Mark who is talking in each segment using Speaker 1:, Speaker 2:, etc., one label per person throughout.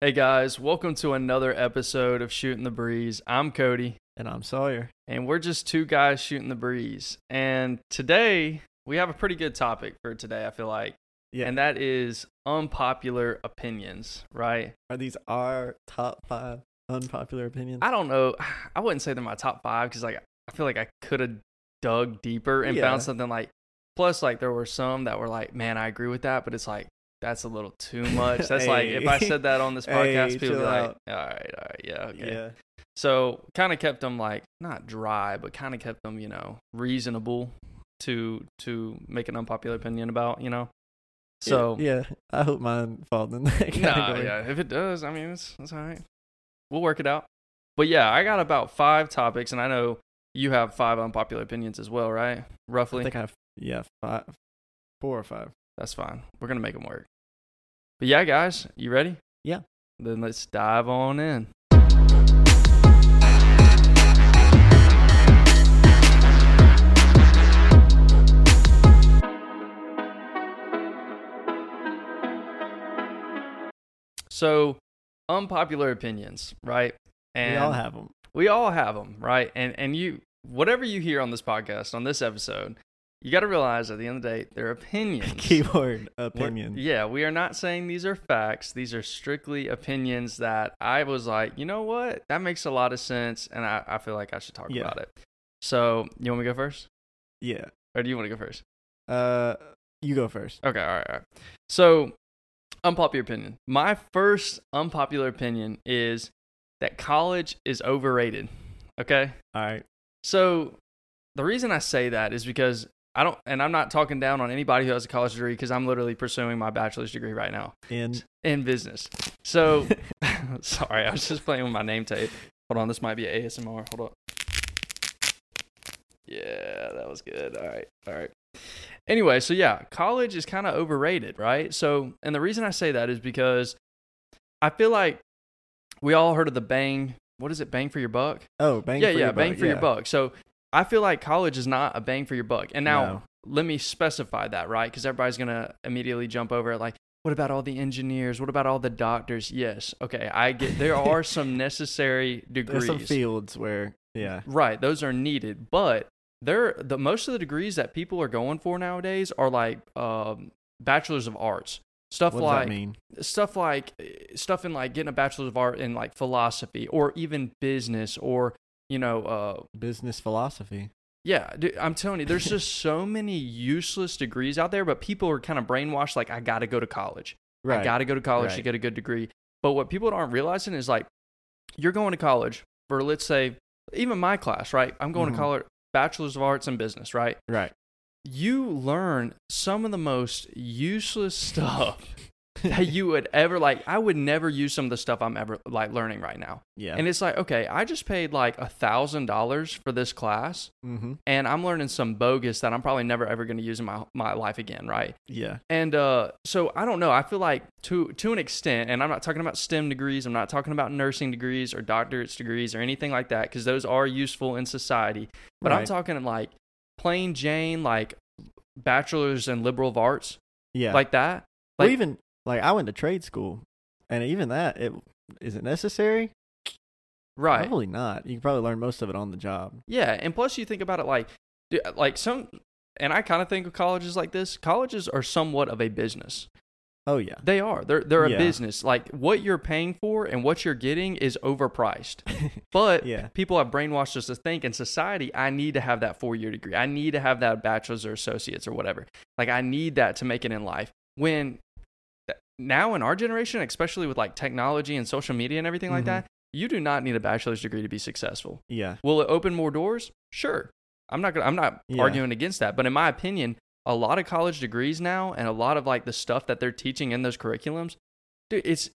Speaker 1: Hey guys, welcome to another episode of Shooting the Breeze. I'm Cody,
Speaker 2: And I'm Sawyer.
Speaker 1: and we're just two guys shooting the breeze. And today, we have a pretty good topic for today, I feel like.
Speaker 2: Yeah.
Speaker 1: And that is unpopular opinions, right?
Speaker 2: Are these our top five unpopular opinions?
Speaker 1: I don't know. I wouldn't say they're my top five because, like, I feel like I could have dug deeper and
Speaker 2: Yeah.
Speaker 1: found something like, plus, like, there were some that were like, man, I agree with that, but it's like, that's a little too much. That's like, if I
Speaker 2: Hey.
Speaker 1: said that on this
Speaker 2: Hey,
Speaker 1: podcast, people would be
Speaker 2: chill
Speaker 1: like,
Speaker 2: out.
Speaker 1: all right, all right, yeah, okay.
Speaker 2: Yeah.
Speaker 1: So kind of kept them like not dry, but kind of kept them, you know, reasonable to to make an unpopular opinion about, you know. So
Speaker 2: yeah, I hope mine falls in that
Speaker 1: Nah,
Speaker 2: category.
Speaker 1: yeah, if it does, I mean, it's it's all right. We'll work it out. But yeah, I got about five topics, and I know you have five unpopular opinions as well, right?
Speaker 2: I
Speaker 1: Roughly,
Speaker 2: think I have yeah five, four or five.
Speaker 1: that's fine. We're gonna make them work. But yeah, guys, you ready?
Speaker 2: Yeah.
Speaker 1: Then let's dive on in. So, unpopular opinions, right? And
Speaker 2: we all have them.
Speaker 1: we all have them, right? And and you whatever you hear on this podcast on this episode, you got to realize at the end of the day, they're opinions.
Speaker 2: Keyword
Speaker 1: We're-
Speaker 2: opinion.
Speaker 1: yeah, we are not saying these are facts. These are strictly opinions that I was like, you know what? That makes a lot of sense, and I, I feel like I should talk
Speaker 2: Yeah.
Speaker 1: about it. So, you want me to go first?
Speaker 2: Yeah.
Speaker 1: Or do you want to go first?
Speaker 2: Uh, you go first.
Speaker 1: Okay, all right, all right. So, unpopular opinion. My first unpopular opinion is that college is overrated. Okay?
Speaker 2: All right.
Speaker 1: So the reason I say that is because I don't, and I'm not talking down on anybody who has a college degree because I'm literally pursuing my bachelor's degree right now
Speaker 2: In
Speaker 1: in business. So sorry, I was just playing with my name tape. Hold on, this might be ASMR. Hold on. Yeah, that was good. All right, all right. Anyway, so yeah, college is kind of overrated, right? So, and the reason I say that is because I feel like we all heard of the bang. What is it? Bang for your buck
Speaker 2: oh bang.
Speaker 1: yeah,
Speaker 2: for
Speaker 1: yeah,
Speaker 2: your
Speaker 1: bang
Speaker 2: buck,
Speaker 1: for
Speaker 2: yeah.
Speaker 1: your buck. So I feel like college is not a bang for your buck. And now
Speaker 2: No.
Speaker 1: let me specify that, right? Because everybody's gonna immediately jump over it, like, what about all the engineers? What about all the doctors? Yes, okay, I get. There are some necessary
Speaker 2: There's
Speaker 1: degrees,
Speaker 2: some fields where yeah
Speaker 1: right? Those are needed, but they're the most of the degrees that people are going for nowadays are like um, bachelors of arts stuff
Speaker 2: what does
Speaker 1: like
Speaker 2: that mean?
Speaker 1: stuff like stuff in like getting a bachelor's of art in like philosophy or even business or you know uh,
Speaker 2: Business philosophy.
Speaker 1: yeah, dude, I'm telling you, there's just so many useless degrees out there, but people are kind of brainwashed like, I got to go to college.
Speaker 2: Right.
Speaker 1: I got to go to college to
Speaker 2: Right.
Speaker 1: get a good degree. But what people aren't realizing is like, you're going to college for, let's say, even my class, right? I'm going
Speaker 2: Mhm.
Speaker 1: to college, Bachelor's of Arts in Business, right?
Speaker 2: right.
Speaker 1: You learn some of the most useless stuff that you would ever like. I would never use some of the stuff I'm ever like learning right now.
Speaker 2: yeah.
Speaker 1: And it's like, okay, I just paid like a thousand dollars for this class
Speaker 2: mm-hmm.
Speaker 1: and I'm learning some bogus that I'm probably never ever going to use in my my life again, right?
Speaker 2: Yeah.
Speaker 1: And uh, so I don't know. I feel like to to an extent, and I'm not talking about STEM degrees. I'm not talking about nursing degrees or doctorate's degrees or anything like that, because those are useful in society. But I'm
Speaker 2: Right.
Speaker 1: talking like plain Jane, like bachelor's in liberal arts,
Speaker 2: Yeah.
Speaker 1: like that.
Speaker 2: Or
Speaker 1: Like-
Speaker 2: even like I went to trade school, and even that it is it necessary?
Speaker 1: Right.
Speaker 2: Probably not. You can probably learn most of it on the job.
Speaker 1: Yeah, and plus you think about it like dude, like some, and I kind of think of colleges like this. Colleges are somewhat of a business.
Speaker 2: Oh yeah,
Speaker 1: They are. They're they're a
Speaker 2: Yeah.
Speaker 1: business. Like what you're paying for and what you're getting is overpriced. But
Speaker 2: Yeah.
Speaker 1: people have brainwashed us to think in society, I need to have that four year degree. I need to have that bachelor's or associates or whatever. Like I need that to make it in life. When th- now in our generation, especially with like technology and social media and everything like
Speaker 2: Mhm.
Speaker 1: that, you do not need a bachelor's degree to be successful.
Speaker 2: yeah,
Speaker 1: Will it open more doors? Sure. I'm not gonna, I'm not
Speaker 2: Yeah.
Speaker 1: arguing against that, but in my opinion, a lot of college degrees now and a lot of like the stuff that they're teaching in those curriculums, dude, it's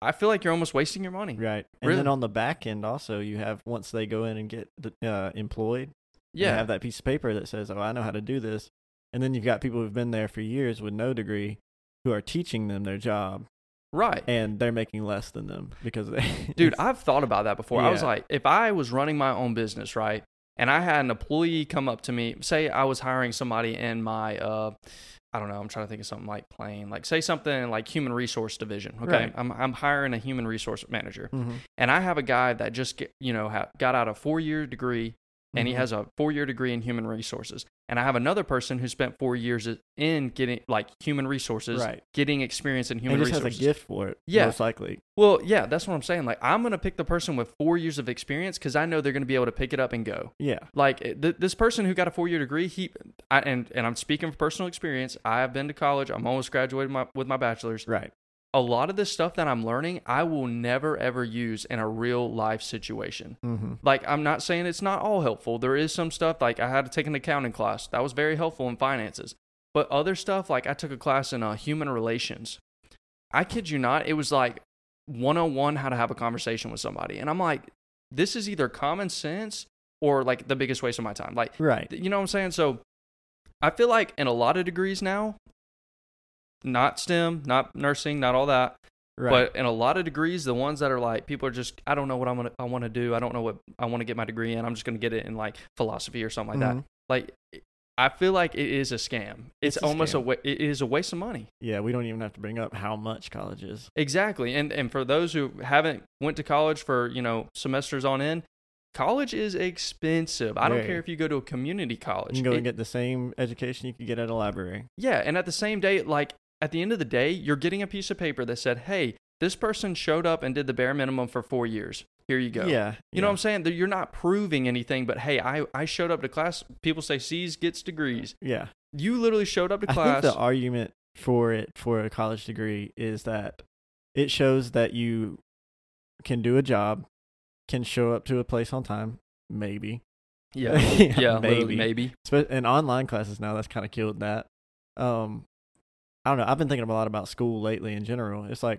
Speaker 1: I feel like you're almost wasting your money.
Speaker 2: right. And
Speaker 1: Really?
Speaker 2: then on the back end, also you have once they go in and get the- uh, employed, you
Speaker 1: Yeah.
Speaker 2: have that piece of paper that says, "Oh, I know how to do this," and then you've got people who've been there for years with no degree who are teaching them their job,
Speaker 1: Right.
Speaker 2: and they're making less than them because they,
Speaker 1: Dude, I've thought about that before. I was
Speaker 2: Yeah.
Speaker 1: like, if I was running my own business, right? and I had an employee come up to me, say I was hiring somebody in my, uh, I don't know, I'm trying to think of something like plain, like say something like human resource division. Okay,
Speaker 2: Right.
Speaker 1: I'm I'm hiring a human resource manager,
Speaker 2: Mhm.
Speaker 1: and I have a guy that just get, you know ha- got out a four year degree, and he
Speaker 2: Mhm.
Speaker 1: has a four year degree in human resources, and I have another person who spent four years in getting like human resources,
Speaker 2: Right.
Speaker 1: getting experience in human
Speaker 2: And just
Speaker 1: resources.
Speaker 2: has a gift for it.
Speaker 1: Yeah.
Speaker 2: Most likely.
Speaker 1: Well, yeah, that's what I'm saying. Like, I'm gonna pick the person with four years of experience because I know they're gonna be able to pick it up and go.
Speaker 2: Yeah.
Speaker 1: Like eh, th- this person who got a four year degree, he I, and and I'm speaking from personal experience. I have been to college. I'm almost graduated my, with my bachelor's.
Speaker 2: Right.
Speaker 1: A lot of this stuff that I'm learning, I will never ever use in a real life situation.
Speaker 2: Mm-hmm.
Speaker 1: Like I'm not saying it's not all helpful. There is some stuff like I had to take an accounting class that was very helpful in finances. But other stuff like I took a class in uh, human relations. I kid you not, it was like 101 how to have a conversation with somebody. And I'm like, this is either common sense or like the biggest waste of my time. Like
Speaker 2: Right.
Speaker 1: you know what I'm saying? So I feel like in a lot of degrees now, not STEM, not nursing, not all that,
Speaker 2: Right.
Speaker 1: but in a lot of degrees, the ones that are like people are just I don't know what I'm gonna I want to do. I don't know what I want to get my degree in. I'm just gonna get it in like philosophy or something like that.
Speaker 2: Mhm.
Speaker 1: Like I feel like it is a scam. It's,
Speaker 2: It's a
Speaker 1: almost a
Speaker 2: scam.
Speaker 1: wa- it is a waste of money.
Speaker 2: Yeah. We don't even have to bring up how much college is.
Speaker 1: Exactly. And and for those who haven't went to college for you know semesters on end, college is expensive. I don't
Speaker 2: Very.
Speaker 1: care if you go to a community
Speaker 2: You
Speaker 1: college.
Speaker 2: can go
Speaker 1: It-
Speaker 2: and get the same education you could get at a library.
Speaker 1: Yeah, and at the same day, like at the end of the day, you're getting a piece of paper that said, "Hey, this person showed up and did the bare minimum for four years. Here you go."
Speaker 2: Yeah. yeah.
Speaker 1: You know what I'm saying? That You're not proving anything, but hey, I, I showed up to class. People say C's gets degrees.
Speaker 2: Yeah.
Speaker 1: You literally showed up to
Speaker 2: I
Speaker 1: class.
Speaker 2: think the argument for it for a college degree is that it shows that you can do a job, can show up to a place on time, maybe.
Speaker 1: yeah,
Speaker 2: Yeah,
Speaker 1: yeah, literally,
Speaker 2: maybe.
Speaker 1: maybe.
Speaker 2: Spe- in online classes now that's kind of killed that um i don't know i've been thinking a lot about school lately in general it's like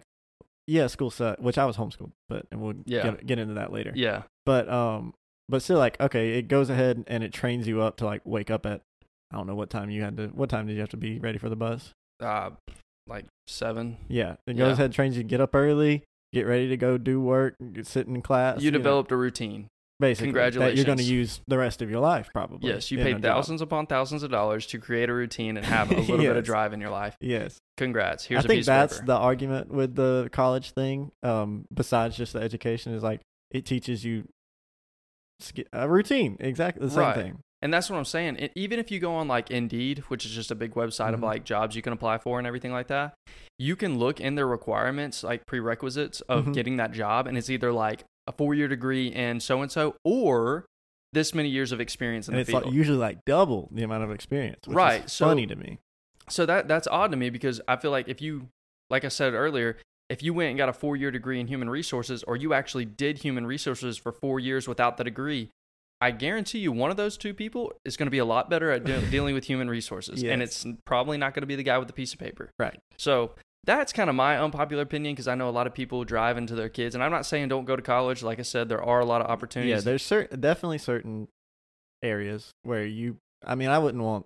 Speaker 2: yeah school sucks which i was homeschooled but and we'll
Speaker 1: Yeah.
Speaker 2: get, get into that later
Speaker 1: Yeah,
Speaker 2: but um but still like okay it goes ahead and it trains you up to like wake up at i don't know what time you had to what time did you have to be ready for the bus
Speaker 1: uh, like seven.
Speaker 2: yeah it goes
Speaker 1: Yeah.
Speaker 2: ahead and trains you to get up early get ready to go do work get- sit in class
Speaker 1: you
Speaker 2: know,
Speaker 1: developed a routine.
Speaker 2: basically that you're going to
Speaker 1: congratulations.
Speaker 2: use the rest of your life probably
Speaker 1: Yes, you
Speaker 2: in a
Speaker 1: paid
Speaker 2: job.
Speaker 1: thousands upon thousands of dollars to create a routine and have a little bit of
Speaker 2: Yes.
Speaker 1: drive in your life.
Speaker 2: yes
Speaker 1: Congrats. Here's
Speaker 2: I
Speaker 1: a
Speaker 2: think
Speaker 1: piece
Speaker 2: that's
Speaker 1: of paper.
Speaker 2: the argument with the college thing. Um, besides just the education, is like it teaches you sk- a routine. Exactly the same
Speaker 1: Right.
Speaker 2: thing.
Speaker 1: And that's what I'm saying. It, even if you go on like Indeed, which is just a big website of
Speaker 2: Mhm.
Speaker 1: like jobs you can apply for and everything like that, you can look in their requirements, like prerequisites of
Speaker 2: Mhm.
Speaker 1: getting that job. And it's either like a four year degree in so and so or this many years of experience in
Speaker 2: And
Speaker 1: the
Speaker 2: it's
Speaker 1: field.
Speaker 2: like usually like double the amount of experience. Which
Speaker 1: Right,
Speaker 2: Is
Speaker 1: so-
Speaker 2: funny to me.
Speaker 1: so that that's odd to me because I feel like if you, like I said earlier, if you went and got a four year degree in human resources or you actually did human resources for four years without the degree, I guarantee you one of those two people is going to be a lot better at de- dealing with human resources. And
Speaker 2: Yes.
Speaker 1: it's probably not going to be the guy with the piece of paper.
Speaker 2: Right.
Speaker 1: So that's kind of my unpopular opinion because I know a lot of people drive into their kids. And I'm not saying don't go to college. Like I said, there are a lot of
Speaker 2: Yeah.
Speaker 1: opportunities.
Speaker 2: There's certain definitely certain areas where you. I mean, I wouldn't want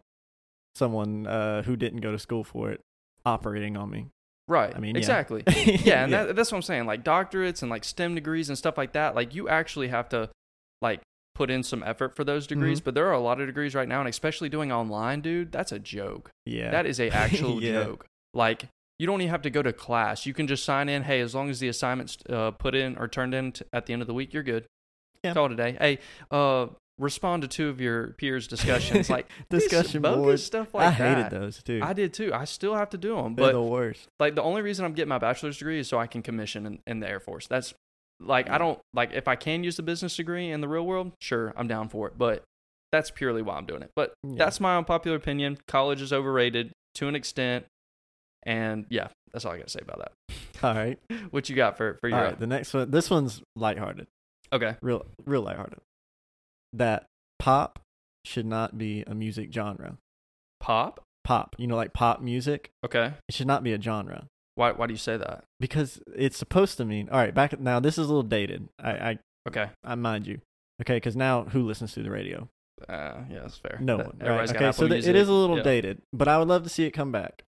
Speaker 2: someone uh, who didn't go to school for it operating on me.
Speaker 1: right.
Speaker 2: I mean, yeah.
Speaker 1: exactly. yeah, and That, that's what I'm saying. Like doctorates and like STEM degrees and stuff like that. Like you actually have to like put in some effort for those
Speaker 2: Mm-hmm.
Speaker 1: degrees. But there are a lot of degrees right now, and especially doing online, dude. That's a joke.
Speaker 2: yeah.
Speaker 1: That is a actual
Speaker 2: Yeah.
Speaker 1: joke. Like you don't even have to go to class. You can just sign in. Hey, as long as the assignments uh, put in or turned in t- at the end of the week, you're good.
Speaker 2: Yeah.
Speaker 1: Call it a day. Hey, uh, respond to two of your peers' discussions. Like this
Speaker 2: discussion
Speaker 1: bogus
Speaker 2: boards.
Speaker 1: stuff like
Speaker 2: I hated
Speaker 1: that.
Speaker 2: those too.
Speaker 1: I did too. I still have to do them,
Speaker 2: They're
Speaker 1: but
Speaker 2: the worst.
Speaker 1: like the only reason I'm getting my bachelor's degree is so I can commission in, in the Air Force. That's like
Speaker 2: Mm.
Speaker 1: I don't like if I can use the business degree in the real world, sure, I'm down for it. But that's purely why I'm doing it. But
Speaker 2: Yeah.
Speaker 1: that's my unpopular opinion. College is overrated to an extent. And yeah, that's all I gotta say about
Speaker 2: All right.
Speaker 1: that. What you got for for
Speaker 2: All
Speaker 1: your
Speaker 2: right. The next one. This one's lighthearted.
Speaker 1: Okay.
Speaker 2: real real lighthearted. That pop should not be a music genre.
Speaker 1: Pop?
Speaker 2: Pop, you know, like pop music,
Speaker 1: Okay.
Speaker 2: it should not be a genre
Speaker 1: Why why do you say that?
Speaker 2: because it's supposed to mean. All right, back now. This is a little dated. I I,
Speaker 1: Okay.
Speaker 2: I mind you. Okay, because now who listens to the radio?
Speaker 1: Uh, yeah, that's fair.
Speaker 2: No
Speaker 1: That-
Speaker 2: one. Right?
Speaker 1: Everybody's got
Speaker 2: Okay,
Speaker 1: Apple
Speaker 2: so th-
Speaker 1: music.
Speaker 2: it is a little
Speaker 1: Yeah.
Speaker 2: dated, but I would love to see it come back.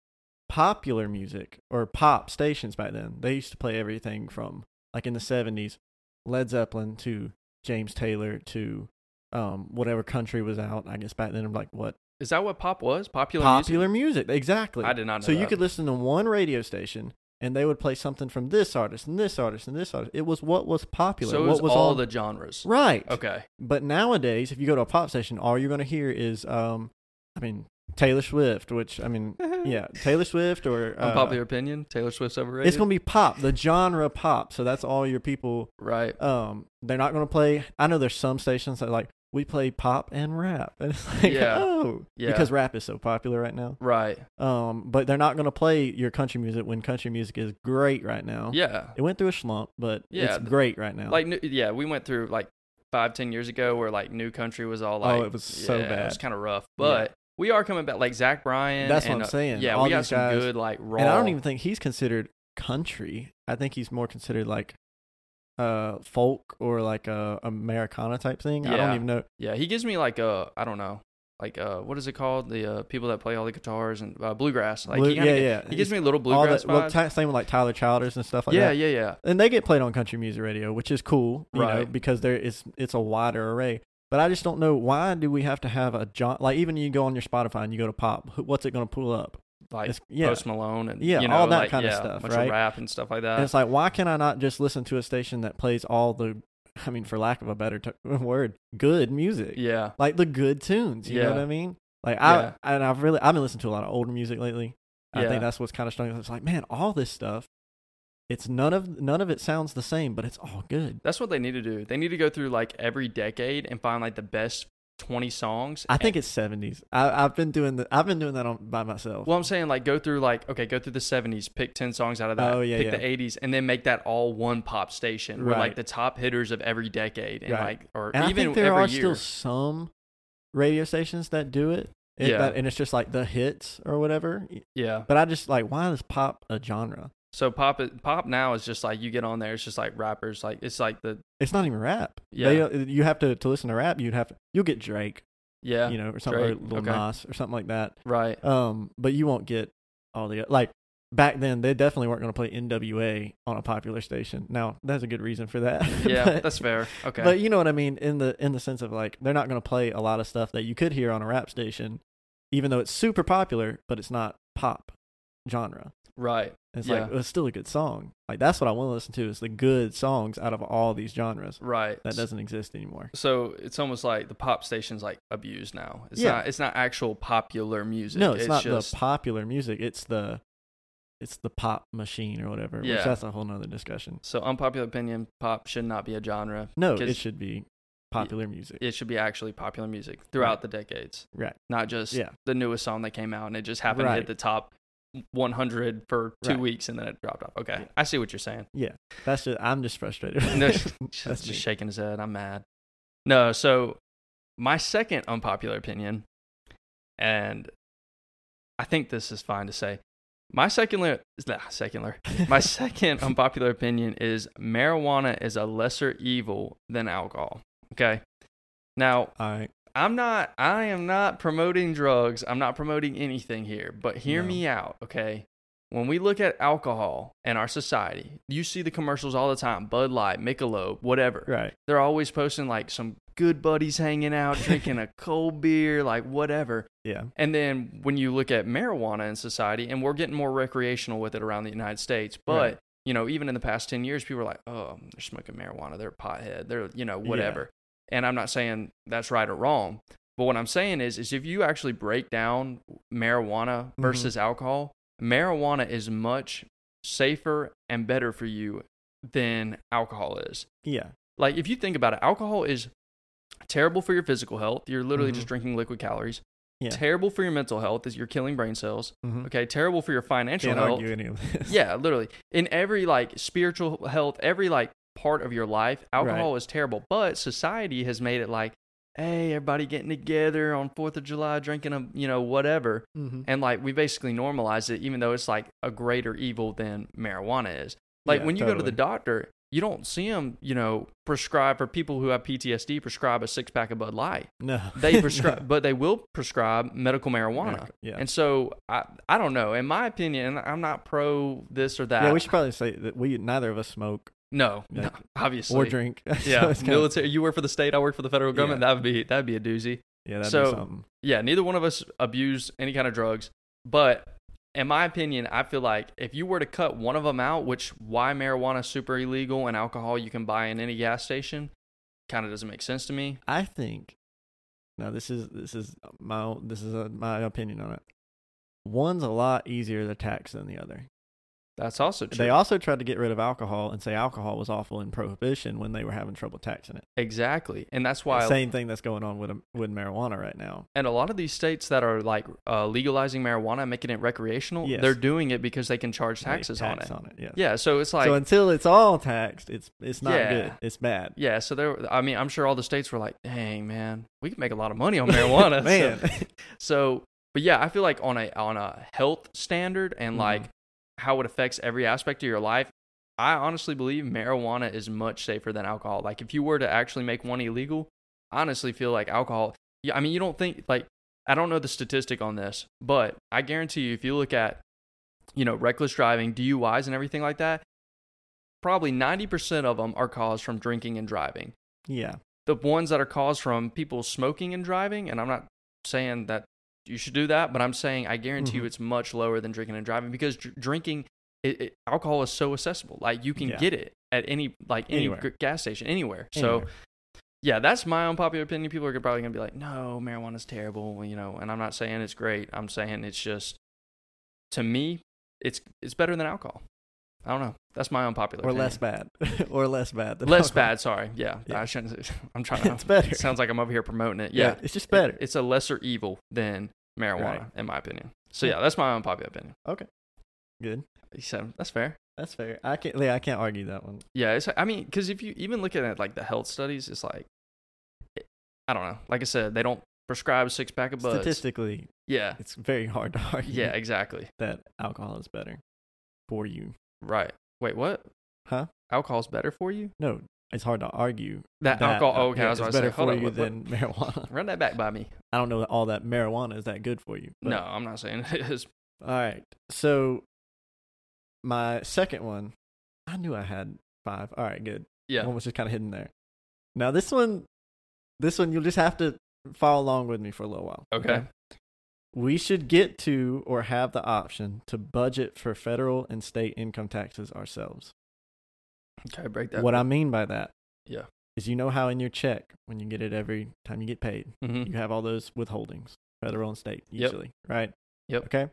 Speaker 2: Popular music or pop stations back then, they used to play everything from like in the seventies, Led Zeppelin to James Taylor to um, whatever country was out. I guess back then, I'm like, what
Speaker 1: Is that what pop was? Popular, music?
Speaker 2: popular music? Exactly.
Speaker 1: I did not know
Speaker 2: So you
Speaker 1: that.
Speaker 2: could listen to one radio station, and they would play something from this artist and this artist and this artist. It was what was popular.
Speaker 1: So it
Speaker 2: what
Speaker 1: was,
Speaker 2: was
Speaker 1: all
Speaker 2: on-
Speaker 1: the genres.
Speaker 2: right.
Speaker 1: Okay.
Speaker 2: But nowadays, if you go to a pop station, all you're going to hear is, um, I mean, Taylor Swift, which I mean, yeah, Taylor Swift or uh,
Speaker 1: Unpopular opinion. Taylor Swift's overrated.
Speaker 2: It's going to be pop, the genre pop. So that's all your people.
Speaker 1: right.
Speaker 2: Um, they're not going to play. I know there's some stations that like we play pop and rap, and it's like,
Speaker 1: Yeah.
Speaker 2: oh,
Speaker 1: Yeah.
Speaker 2: because rap is so popular right now.
Speaker 1: Right.
Speaker 2: Um, but they're not going to play your country music when country music is great right now.
Speaker 1: Yeah.
Speaker 2: It went through a slump, but
Speaker 1: Yeah,
Speaker 2: it's great right now.
Speaker 1: Like, new, yeah, we went through like five, ten years ago where like new country was all like,
Speaker 2: Oh, it was so
Speaker 1: yeah, It was
Speaker 2: bad.
Speaker 1: kind of rough, but we are coming back. Like Zach Bryan.
Speaker 2: That's what
Speaker 1: and,
Speaker 2: I'm
Speaker 1: uh,
Speaker 2: saying.
Speaker 1: Yeah,
Speaker 2: All
Speaker 1: we got
Speaker 2: these
Speaker 1: some
Speaker 2: guys-
Speaker 1: good like raw.
Speaker 2: and I don't even think he's considered country. I think he's more considered like uh folk or like a Americana type thing. I
Speaker 1: Yeah.
Speaker 2: don't even know.
Speaker 1: Yeah, he gives me like uh, I don't know, like uh, what is it called? The uh, people that play all the guitars and uh, bluegrass. Like
Speaker 2: Blue-
Speaker 1: he
Speaker 2: yeah,
Speaker 1: kinda gi-
Speaker 2: yeah.
Speaker 1: He gives me a little
Speaker 2: all
Speaker 1: bluegrass
Speaker 2: that. Well,
Speaker 1: vibes.
Speaker 2: ti- same with like Tyler Childers and stuff like
Speaker 1: yeah,
Speaker 2: that.
Speaker 1: yeah, yeah.
Speaker 2: And they get played on country music radio, which is cool, you know,
Speaker 1: Right.
Speaker 2: because there is it's a wider array. But I just don't know why do we have to have a John like even you go on your Spotify and you go to pop, who- what's it going to pull up?
Speaker 1: Like
Speaker 2: It's- yeah.
Speaker 1: Post Malone and
Speaker 2: Yeah,
Speaker 1: you know,
Speaker 2: all that
Speaker 1: like,
Speaker 2: kinda
Speaker 1: yeah,
Speaker 2: stuff,
Speaker 1: bunch
Speaker 2: right?
Speaker 1: of rap and stuff like that.
Speaker 2: And it's like why can I not just listen to a station that plays all the, I mean, for lack of a better t- word, good music?
Speaker 1: yeah,
Speaker 2: like the good tunes. You know
Speaker 1: Yeah.
Speaker 2: what I mean? Like
Speaker 1: Yeah.
Speaker 2: I and I've really I've been listening to a lot of older music lately. I
Speaker 1: Yeah.
Speaker 2: think that's what's kind of struggling. It's like man, all this stuff, it's none of none of it sounds the same, but it's all good.
Speaker 1: that's what they need to do. They need to go through like every decade and find like the best twenty songs.
Speaker 2: I think it's seventies. I've been doing the, I've been doing that on, by myself.
Speaker 1: Well, I'm saying like go through like okay, go through the '70s, pick ten songs out of that.
Speaker 2: Oh, yeah,
Speaker 1: pick
Speaker 2: yeah.
Speaker 1: the '80s, and then make that all one pop station with
Speaker 2: Right.
Speaker 1: like the top hitters of every decade, and
Speaker 2: Right.
Speaker 1: like or
Speaker 2: and I
Speaker 1: even
Speaker 2: think there
Speaker 1: every
Speaker 2: are
Speaker 1: year.
Speaker 2: still some radio stations that do it. It-
Speaker 1: Yeah.
Speaker 2: that- and it's just like the hits or whatever.
Speaker 1: yeah.
Speaker 2: But I just like why is pop a genre?
Speaker 1: So pop it- pop now is just like you get on there, it's just like rappers, like it's like the
Speaker 2: It's not even rap.
Speaker 1: Yeah.
Speaker 2: They don't- you have to, to listen to rap. You'd have you'll get Drake,
Speaker 1: yeah
Speaker 2: you know, or something,
Speaker 1: Drake,
Speaker 2: or Lil
Speaker 1: okay.
Speaker 2: Nas, or something like that.
Speaker 1: right
Speaker 2: Um, but you won't get all the like back then. They definitely weren't going to play NWA on a popular station. Now that's a good reason for that.
Speaker 1: yeah
Speaker 2: but,
Speaker 1: that's fair okay
Speaker 2: But you know what I mean in the in the sense of like they're not going to play a lot of stuff that you could hear on a rap station, even though it's super popular, but it's not pop genre.
Speaker 1: right
Speaker 2: It's like
Speaker 1: Yeah.
Speaker 2: well, it's still a good song. Like that's what I want to listen to is the good songs out of all these genres
Speaker 1: right
Speaker 2: that doesn't exist anymore.
Speaker 1: so it's almost like the pop station's like abused now. It's
Speaker 2: Yeah.
Speaker 1: not it's not actual popular music.
Speaker 2: No, it's, not
Speaker 1: just
Speaker 2: the popular music. It's the it's the pop machine or whatever. Which
Speaker 1: Yeah.
Speaker 2: that's a whole nother discussion.
Speaker 1: so unpopular opinion. Pop should not be a genre.
Speaker 2: No,
Speaker 1: 'Cause-
Speaker 2: it should be popular music.
Speaker 1: it should be actually popular music throughout the decades.
Speaker 2: Right.
Speaker 1: Not just
Speaker 2: Yeah.
Speaker 1: the newest song that came out and it just happened to
Speaker 2: Right.
Speaker 1: hit the top 100 for two
Speaker 2: Right.
Speaker 1: weeks and then it dropped off. Okay.
Speaker 2: Yeah.
Speaker 1: I see what you're saying.
Speaker 2: That's just I'm just frustrated.
Speaker 1: No,
Speaker 2: That's
Speaker 1: That's
Speaker 2: me.
Speaker 1: just shaking his head. I'm mad. No, so my second unpopular opinion, and I think this is fine to say. My secular is that secular. My second unpopular opinion is marijuana is a lesser evil than alcohol. Okay. Now,
Speaker 2: all right.
Speaker 1: I'm not I am not promoting drugs. I'm not promoting anything here, but hear
Speaker 2: No.
Speaker 1: me out, okay? When we look at alcohol in our society, you see the commercials all the time, Bud Light, Michelob, whatever.
Speaker 2: Right.
Speaker 1: They're always posting like some good buddies hanging out, drinking a cold beer, like whatever.
Speaker 2: Yeah.
Speaker 1: And then when you look at marijuana in society, and we're getting more recreational with it around the United States, but
Speaker 2: Right.
Speaker 1: you know, even in the past ten years, people are like, "Oh, they're smoking marijuana. They're a pothead. They're you know
Speaker 2: Yeah.
Speaker 1: whatever." And I'm not saying that's right or wrong, but what I'm saying is, is if you actually break down marijuana
Speaker 2: Mhm.
Speaker 1: versus alcohol, marijuana is much safer and better for you than alcohol is.
Speaker 2: Yeah.
Speaker 1: Like if you think about it, alcohol is terrible for your physical health. You're literally
Speaker 2: Mhm.
Speaker 1: just drinking liquid calories.
Speaker 2: Yeah.
Speaker 1: Terrible for your mental health is you're killing brain cells.
Speaker 2: Mm-hmm.
Speaker 1: Okay, terrible for your financial
Speaker 2: Can't
Speaker 1: health.
Speaker 2: argue any of this.
Speaker 1: Yeah, literally. In every like spiritual health, every like part of your life, alcohol is terrible. But society has made it like, hey, everybody getting together on 4th of July drinking a, you know, whatever.
Speaker 2: Mm-hmm.
Speaker 1: And like we basically normalize it, even though it's like a greater evil than marijuana is. Like
Speaker 2: Yeah,
Speaker 1: when you go to
Speaker 2: totally.
Speaker 1: the doctor, you don't see them, you know, prescribe for people who have PTSD, prescribe a six pack of Bud Light.
Speaker 2: No.
Speaker 1: They prescribe, but they will prescribe medical
Speaker 2: No.
Speaker 1: marijuana.
Speaker 2: Yeah.
Speaker 1: And so I, I don't know. In my opinion, I'm not pro this or that.
Speaker 2: yeah. We should probably say that we neither of us smoke.
Speaker 1: No, no,
Speaker 2: Yeah.
Speaker 1: obviously.
Speaker 2: or drink. So
Speaker 1: Yeah,
Speaker 2: it's kinda-
Speaker 1: military. You work for the state. I work for the federal government. That'd be that'd be a doozy.
Speaker 2: yeah, that'd
Speaker 1: so-
Speaker 2: be something.
Speaker 1: Yeah, neither one of us abused any kind of drugs, but in my opinion, I feel like if you were to cut one of them out, which why marijuana is super illegal and alcohol you can buy in any gas station, kind of doesn't make sense to me.
Speaker 2: I think. Now this is this is my own- this is uh my opinion on it. One's a lot easier to tax than the other.
Speaker 1: That's also true.
Speaker 2: They also tried to get rid of alcohol and say alcohol was awful in prohibition when they were having trouble taxing it.
Speaker 1: exactly, and that's why
Speaker 2: Same thing that's going on with with marijuana right now.
Speaker 1: and a lot of these states that are like uh, legalizing marijuana, and making it recreational,
Speaker 2: Yes.
Speaker 1: they're doing it because they can charge
Speaker 2: They
Speaker 1: taxes on
Speaker 2: tax
Speaker 1: it.
Speaker 2: on it. Yeah.
Speaker 1: Yeah, so it's like
Speaker 2: so until it's all taxed, it's it's not
Speaker 1: Yeah.
Speaker 2: good. It's bad.
Speaker 1: Yeah, so there. I mean, I'm sure all the states were like, "Dang, man, we can make a lot of money on marijuana."
Speaker 2: Man.
Speaker 1: So, so- but yeah, I feel like on a on a health standard and
Speaker 2: Mhm.
Speaker 1: like how it affects every aspect of your life, I honestly believe marijuana is much safer than alcohol. Like, if you were to actually make one illegal, I honestly feel like alcohol. Yeah, I mean, you don't think like I don't know the statistic on this, but I guarantee you, if you look at you know reckless driving, DUIs, and everything like that. Probably 90% of them are caused from drinking and driving
Speaker 2: yeah.
Speaker 1: the ones that are caused from people smoking and driving. And I'm not saying that you should do that, but I'm saying I guarantee you
Speaker 2: Mhm.
Speaker 1: it's much lower than drinking and driving because dr- drinking it, it- alcohol is so accessible. Like you can
Speaker 2: Yeah.
Speaker 1: get it at any like any
Speaker 2: Anywhere.
Speaker 1: g- gas station anywhere. So
Speaker 2: Anyway.
Speaker 1: yeah, that's my unpopular opinion. People are probably gonna be like, no, marijuana's terrible, you know. And I'm not saying it's great. I'm saying it's just to me, it's it's better than alcohol. I don't know. That's my unpopular.
Speaker 2: or
Speaker 1: opinion.
Speaker 2: less bad, or less bad. than
Speaker 1: Less
Speaker 2: alcohol.
Speaker 1: bad. Sorry. Yeah,
Speaker 2: Yeah.
Speaker 1: I shouldn't. I'm trying to.
Speaker 2: it's better.
Speaker 1: It sounds like I'm over here promoting it. Yeah.
Speaker 2: it's just better.
Speaker 1: It- it's a lesser evil than marijuana,
Speaker 2: Right.
Speaker 1: in my opinion. So
Speaker 2: Yeah.
Speaker 1: yeah, that's my unpopular opinion.
Speaker 2: Good.
Speaker 1: So that's fair.
Speaker 2: That's fair. I can't. Yeah, I can't argue that one.
Speaker 1: Yeah, it's. I mean, because if you even look at like the health studies, it's like, it, I don't know. Like I said, they don't prescribe six pack of buds.
Speaker 2: Statistically,
Speaker 1: Yeah.
Speaker 2: it's very hard to argue
Speaker 1: Yeah. Exactly.
Speaker 2: that alcohol is better for you.
Speaker 1: Right. Wait. What?
Speaker 2: Huh?
Speaker 1: Alcohol's better for you?
Speaker 2: No, it's hard to argue
Speaker 1: That,
Speaker 2: that,
Speaker 1: alcohol.
Speaker 2: uh,
Speaker 1: Oh, okay.
Speaker 2: yeah,
Speaker 1: I was
Speaker 2: it's
Speaker 1: about to
Speaker 2: better
Speaker 1: say. Hold
Speaker 2: for
Speaker 1: on.
Speaker 2: you
Speaker 1: what- what-
Speaker 2: than marijuana.
Speaker 1: Run that back by me.
Speaker 2: I don't know that all that marijuana is that good for you. but-
Speaker 1: no, I'm not saying it is.
Speaker 2: All right. So my second one, I knew I had five. All right, good.
Speaker 1: Yeah.
Speaker 2: One was just kind of hidden there. Now this one, this one you'll just have to follow along with me for a little while.
Speaker 1: Okay.
Speaker 2: We should get to or have the option to budget for federal and state income taxes ourselves.
Speaker 1: Okay. Break that.
Speaker 2: What I mean by that,
Speaker 1: Yeah.
Speaker 2: is you know how in your check when you get it every time you get paid,
Speaker 1: Mhm.
Speaker 2: you have all those withholdings, federal and state,
Speaker 1: Yep.
Speaker 2: usually, right?
Speaker 1: Yep.
Speaker 2: Okay.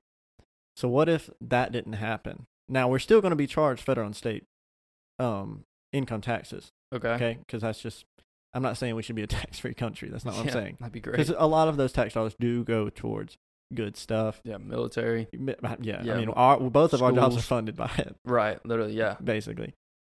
Speaker 2: So what if that didn't happen? Now we're still going to be charged federal and state um, income taxes,
Speaker 1: Okay.
Speaker 2: okay? Because that's just, I'm not saying we should be a tax-free country. That's not what
Speaker 1: yeah,
Speaker 2: I'm saying.
Speaker 1: That'd be
Speaker 2: Because
Speaker 1: great.
Speaker 2: a lot of those tax dollars do go towards good stuff.
Speaker 1: Yeah. Military.
Speaker 2: Mi- Yeah,
Speaker 1: Yeah.
Speaker 2: I mean, our, well, both of our jobs are
Speaker 1: Schools.
Speaker 2: funded by it,
Speaker 1: Right. Literally. Yeah.
Speaker 2: basically.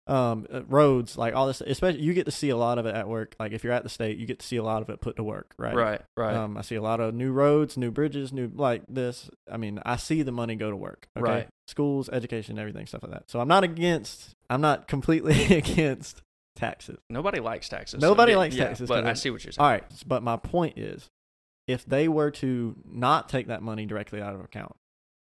Speaker 2: Um, uh, roads, like all this, especially you get to see a lot of it at work. Like if you're at the state, you get to see a lot of it put to work, right?
Speaker 1: Right. Right.
Speaker 2: Um, I see a lot of new roads, new bridges, new like this. I mean, I see the money go to work. Okay?
Speaker 1: Right.
Speaker 2: Schools, education, everything, stuff like that. So I'm not against. I'm not completely against taxes.
Speaker 1: Nobody likes taxes.
Speaker 2: Nobody
Speaker 1: yeah,
Speaker 2: likes
Speaker 1: yeah,
Speaker 2: taxes, Uh,
Speaker 1: But
Speaker 2: 'cause
Speaker 1: I
Speaker 2: it-
Speaker 1: see what you're saying.
Speaker 2: All right, but my point is, if they were to not take that money directly out of account,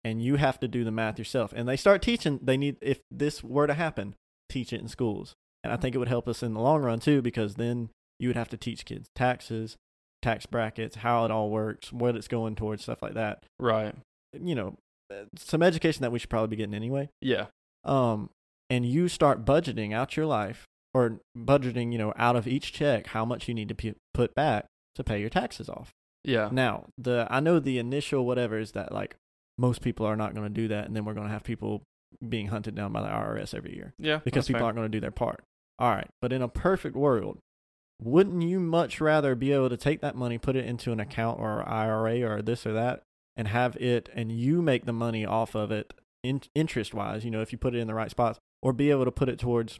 Speaker 2: and you have to do the math yourself, and they start teaching, they need if this were to happen, teach it in schools, and I think it would help us in the long run too, because then you would have to teach kids taxes, tax brackets, how it all works, what it's going towards, stuff like that.
Speaker 1: Right.
Speaker 2: You know, uh, some education that we should probably be getting anyway
Speaker 1: Yeah.
Speaker 2: um, and you start budgeting out your life or budgeting, you know, out of each check how much you need to p- put back to pay your taxes off.
Speaker 1: Yeah.
Speaker 2: Now, the I know the initial whatever is that like most people are not going to do that, and then we're going to have people being hunted down by the IRS every year
Speaker 1: Yeah.
Speaker 2: because
Speaker 1: that's
Speaker 2: people
Speaker 1: fair.
Speaker 2: aren't going to do their part. All right, but in a perfect world, wouldn't you much rather be able to take that money, put it into an account or IRA or this or that, and have it, and you make the money off of it in, interest wise? You know, if you put it in the right spots, or be able to put it towards,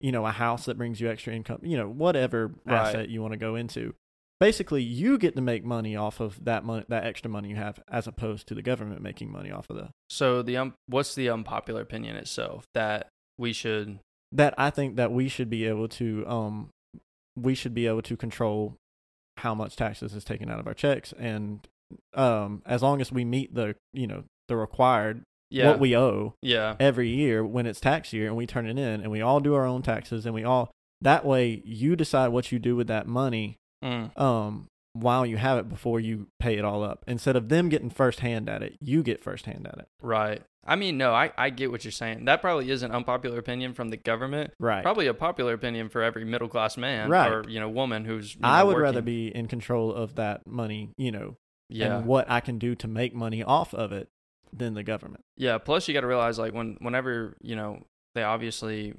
Speaker 2: you know, a house that brings you extra income. You know, whatever
Speaker 1: Right.
Speaker 2: asset you want to go into. Basically, you get to make money off of that money, that extra money you have, as opposed to the government making money off of the
Speaker 1: So the um, what's the unpopular opinion itself that we should?
Speaker 2: that I think that we should be able to um we should be able to control how much taxes is taken out of our checks and um as long as we meet the you know the required
Speaker 1: yeah,
Speaker 2: what we owe
Speaker 1: yeah,
Speaker 2: every year when it's tax year and we turn it in and we all do our own taxes and we all that way you decide what you do with that money
Speaker 1: mm,
Speaker 2: um while you have it before you pay it all up instead of them getting first hand at it you get first hand at it
Speaker 1: right. I mean, no, I, I get what you're saying. That probably is an unpopular opinion from the government.
Speaker 2: right
Speaker 1: Probably a popular opinion for every middle class man
Speaker 2: Right.
Speaker 1: or you know woman who's. you
Speaker 2: i
Speaker 1: know,
Speaker 2: would
Speaker 1: working.
Speaker 2: rather be in control of that money you know
Speaker 1: yeah
Speaker 2: and what i can do to make money off of it than the government
Speaker 1: yeah. Plus, you got to realize like when whenever you know they obviously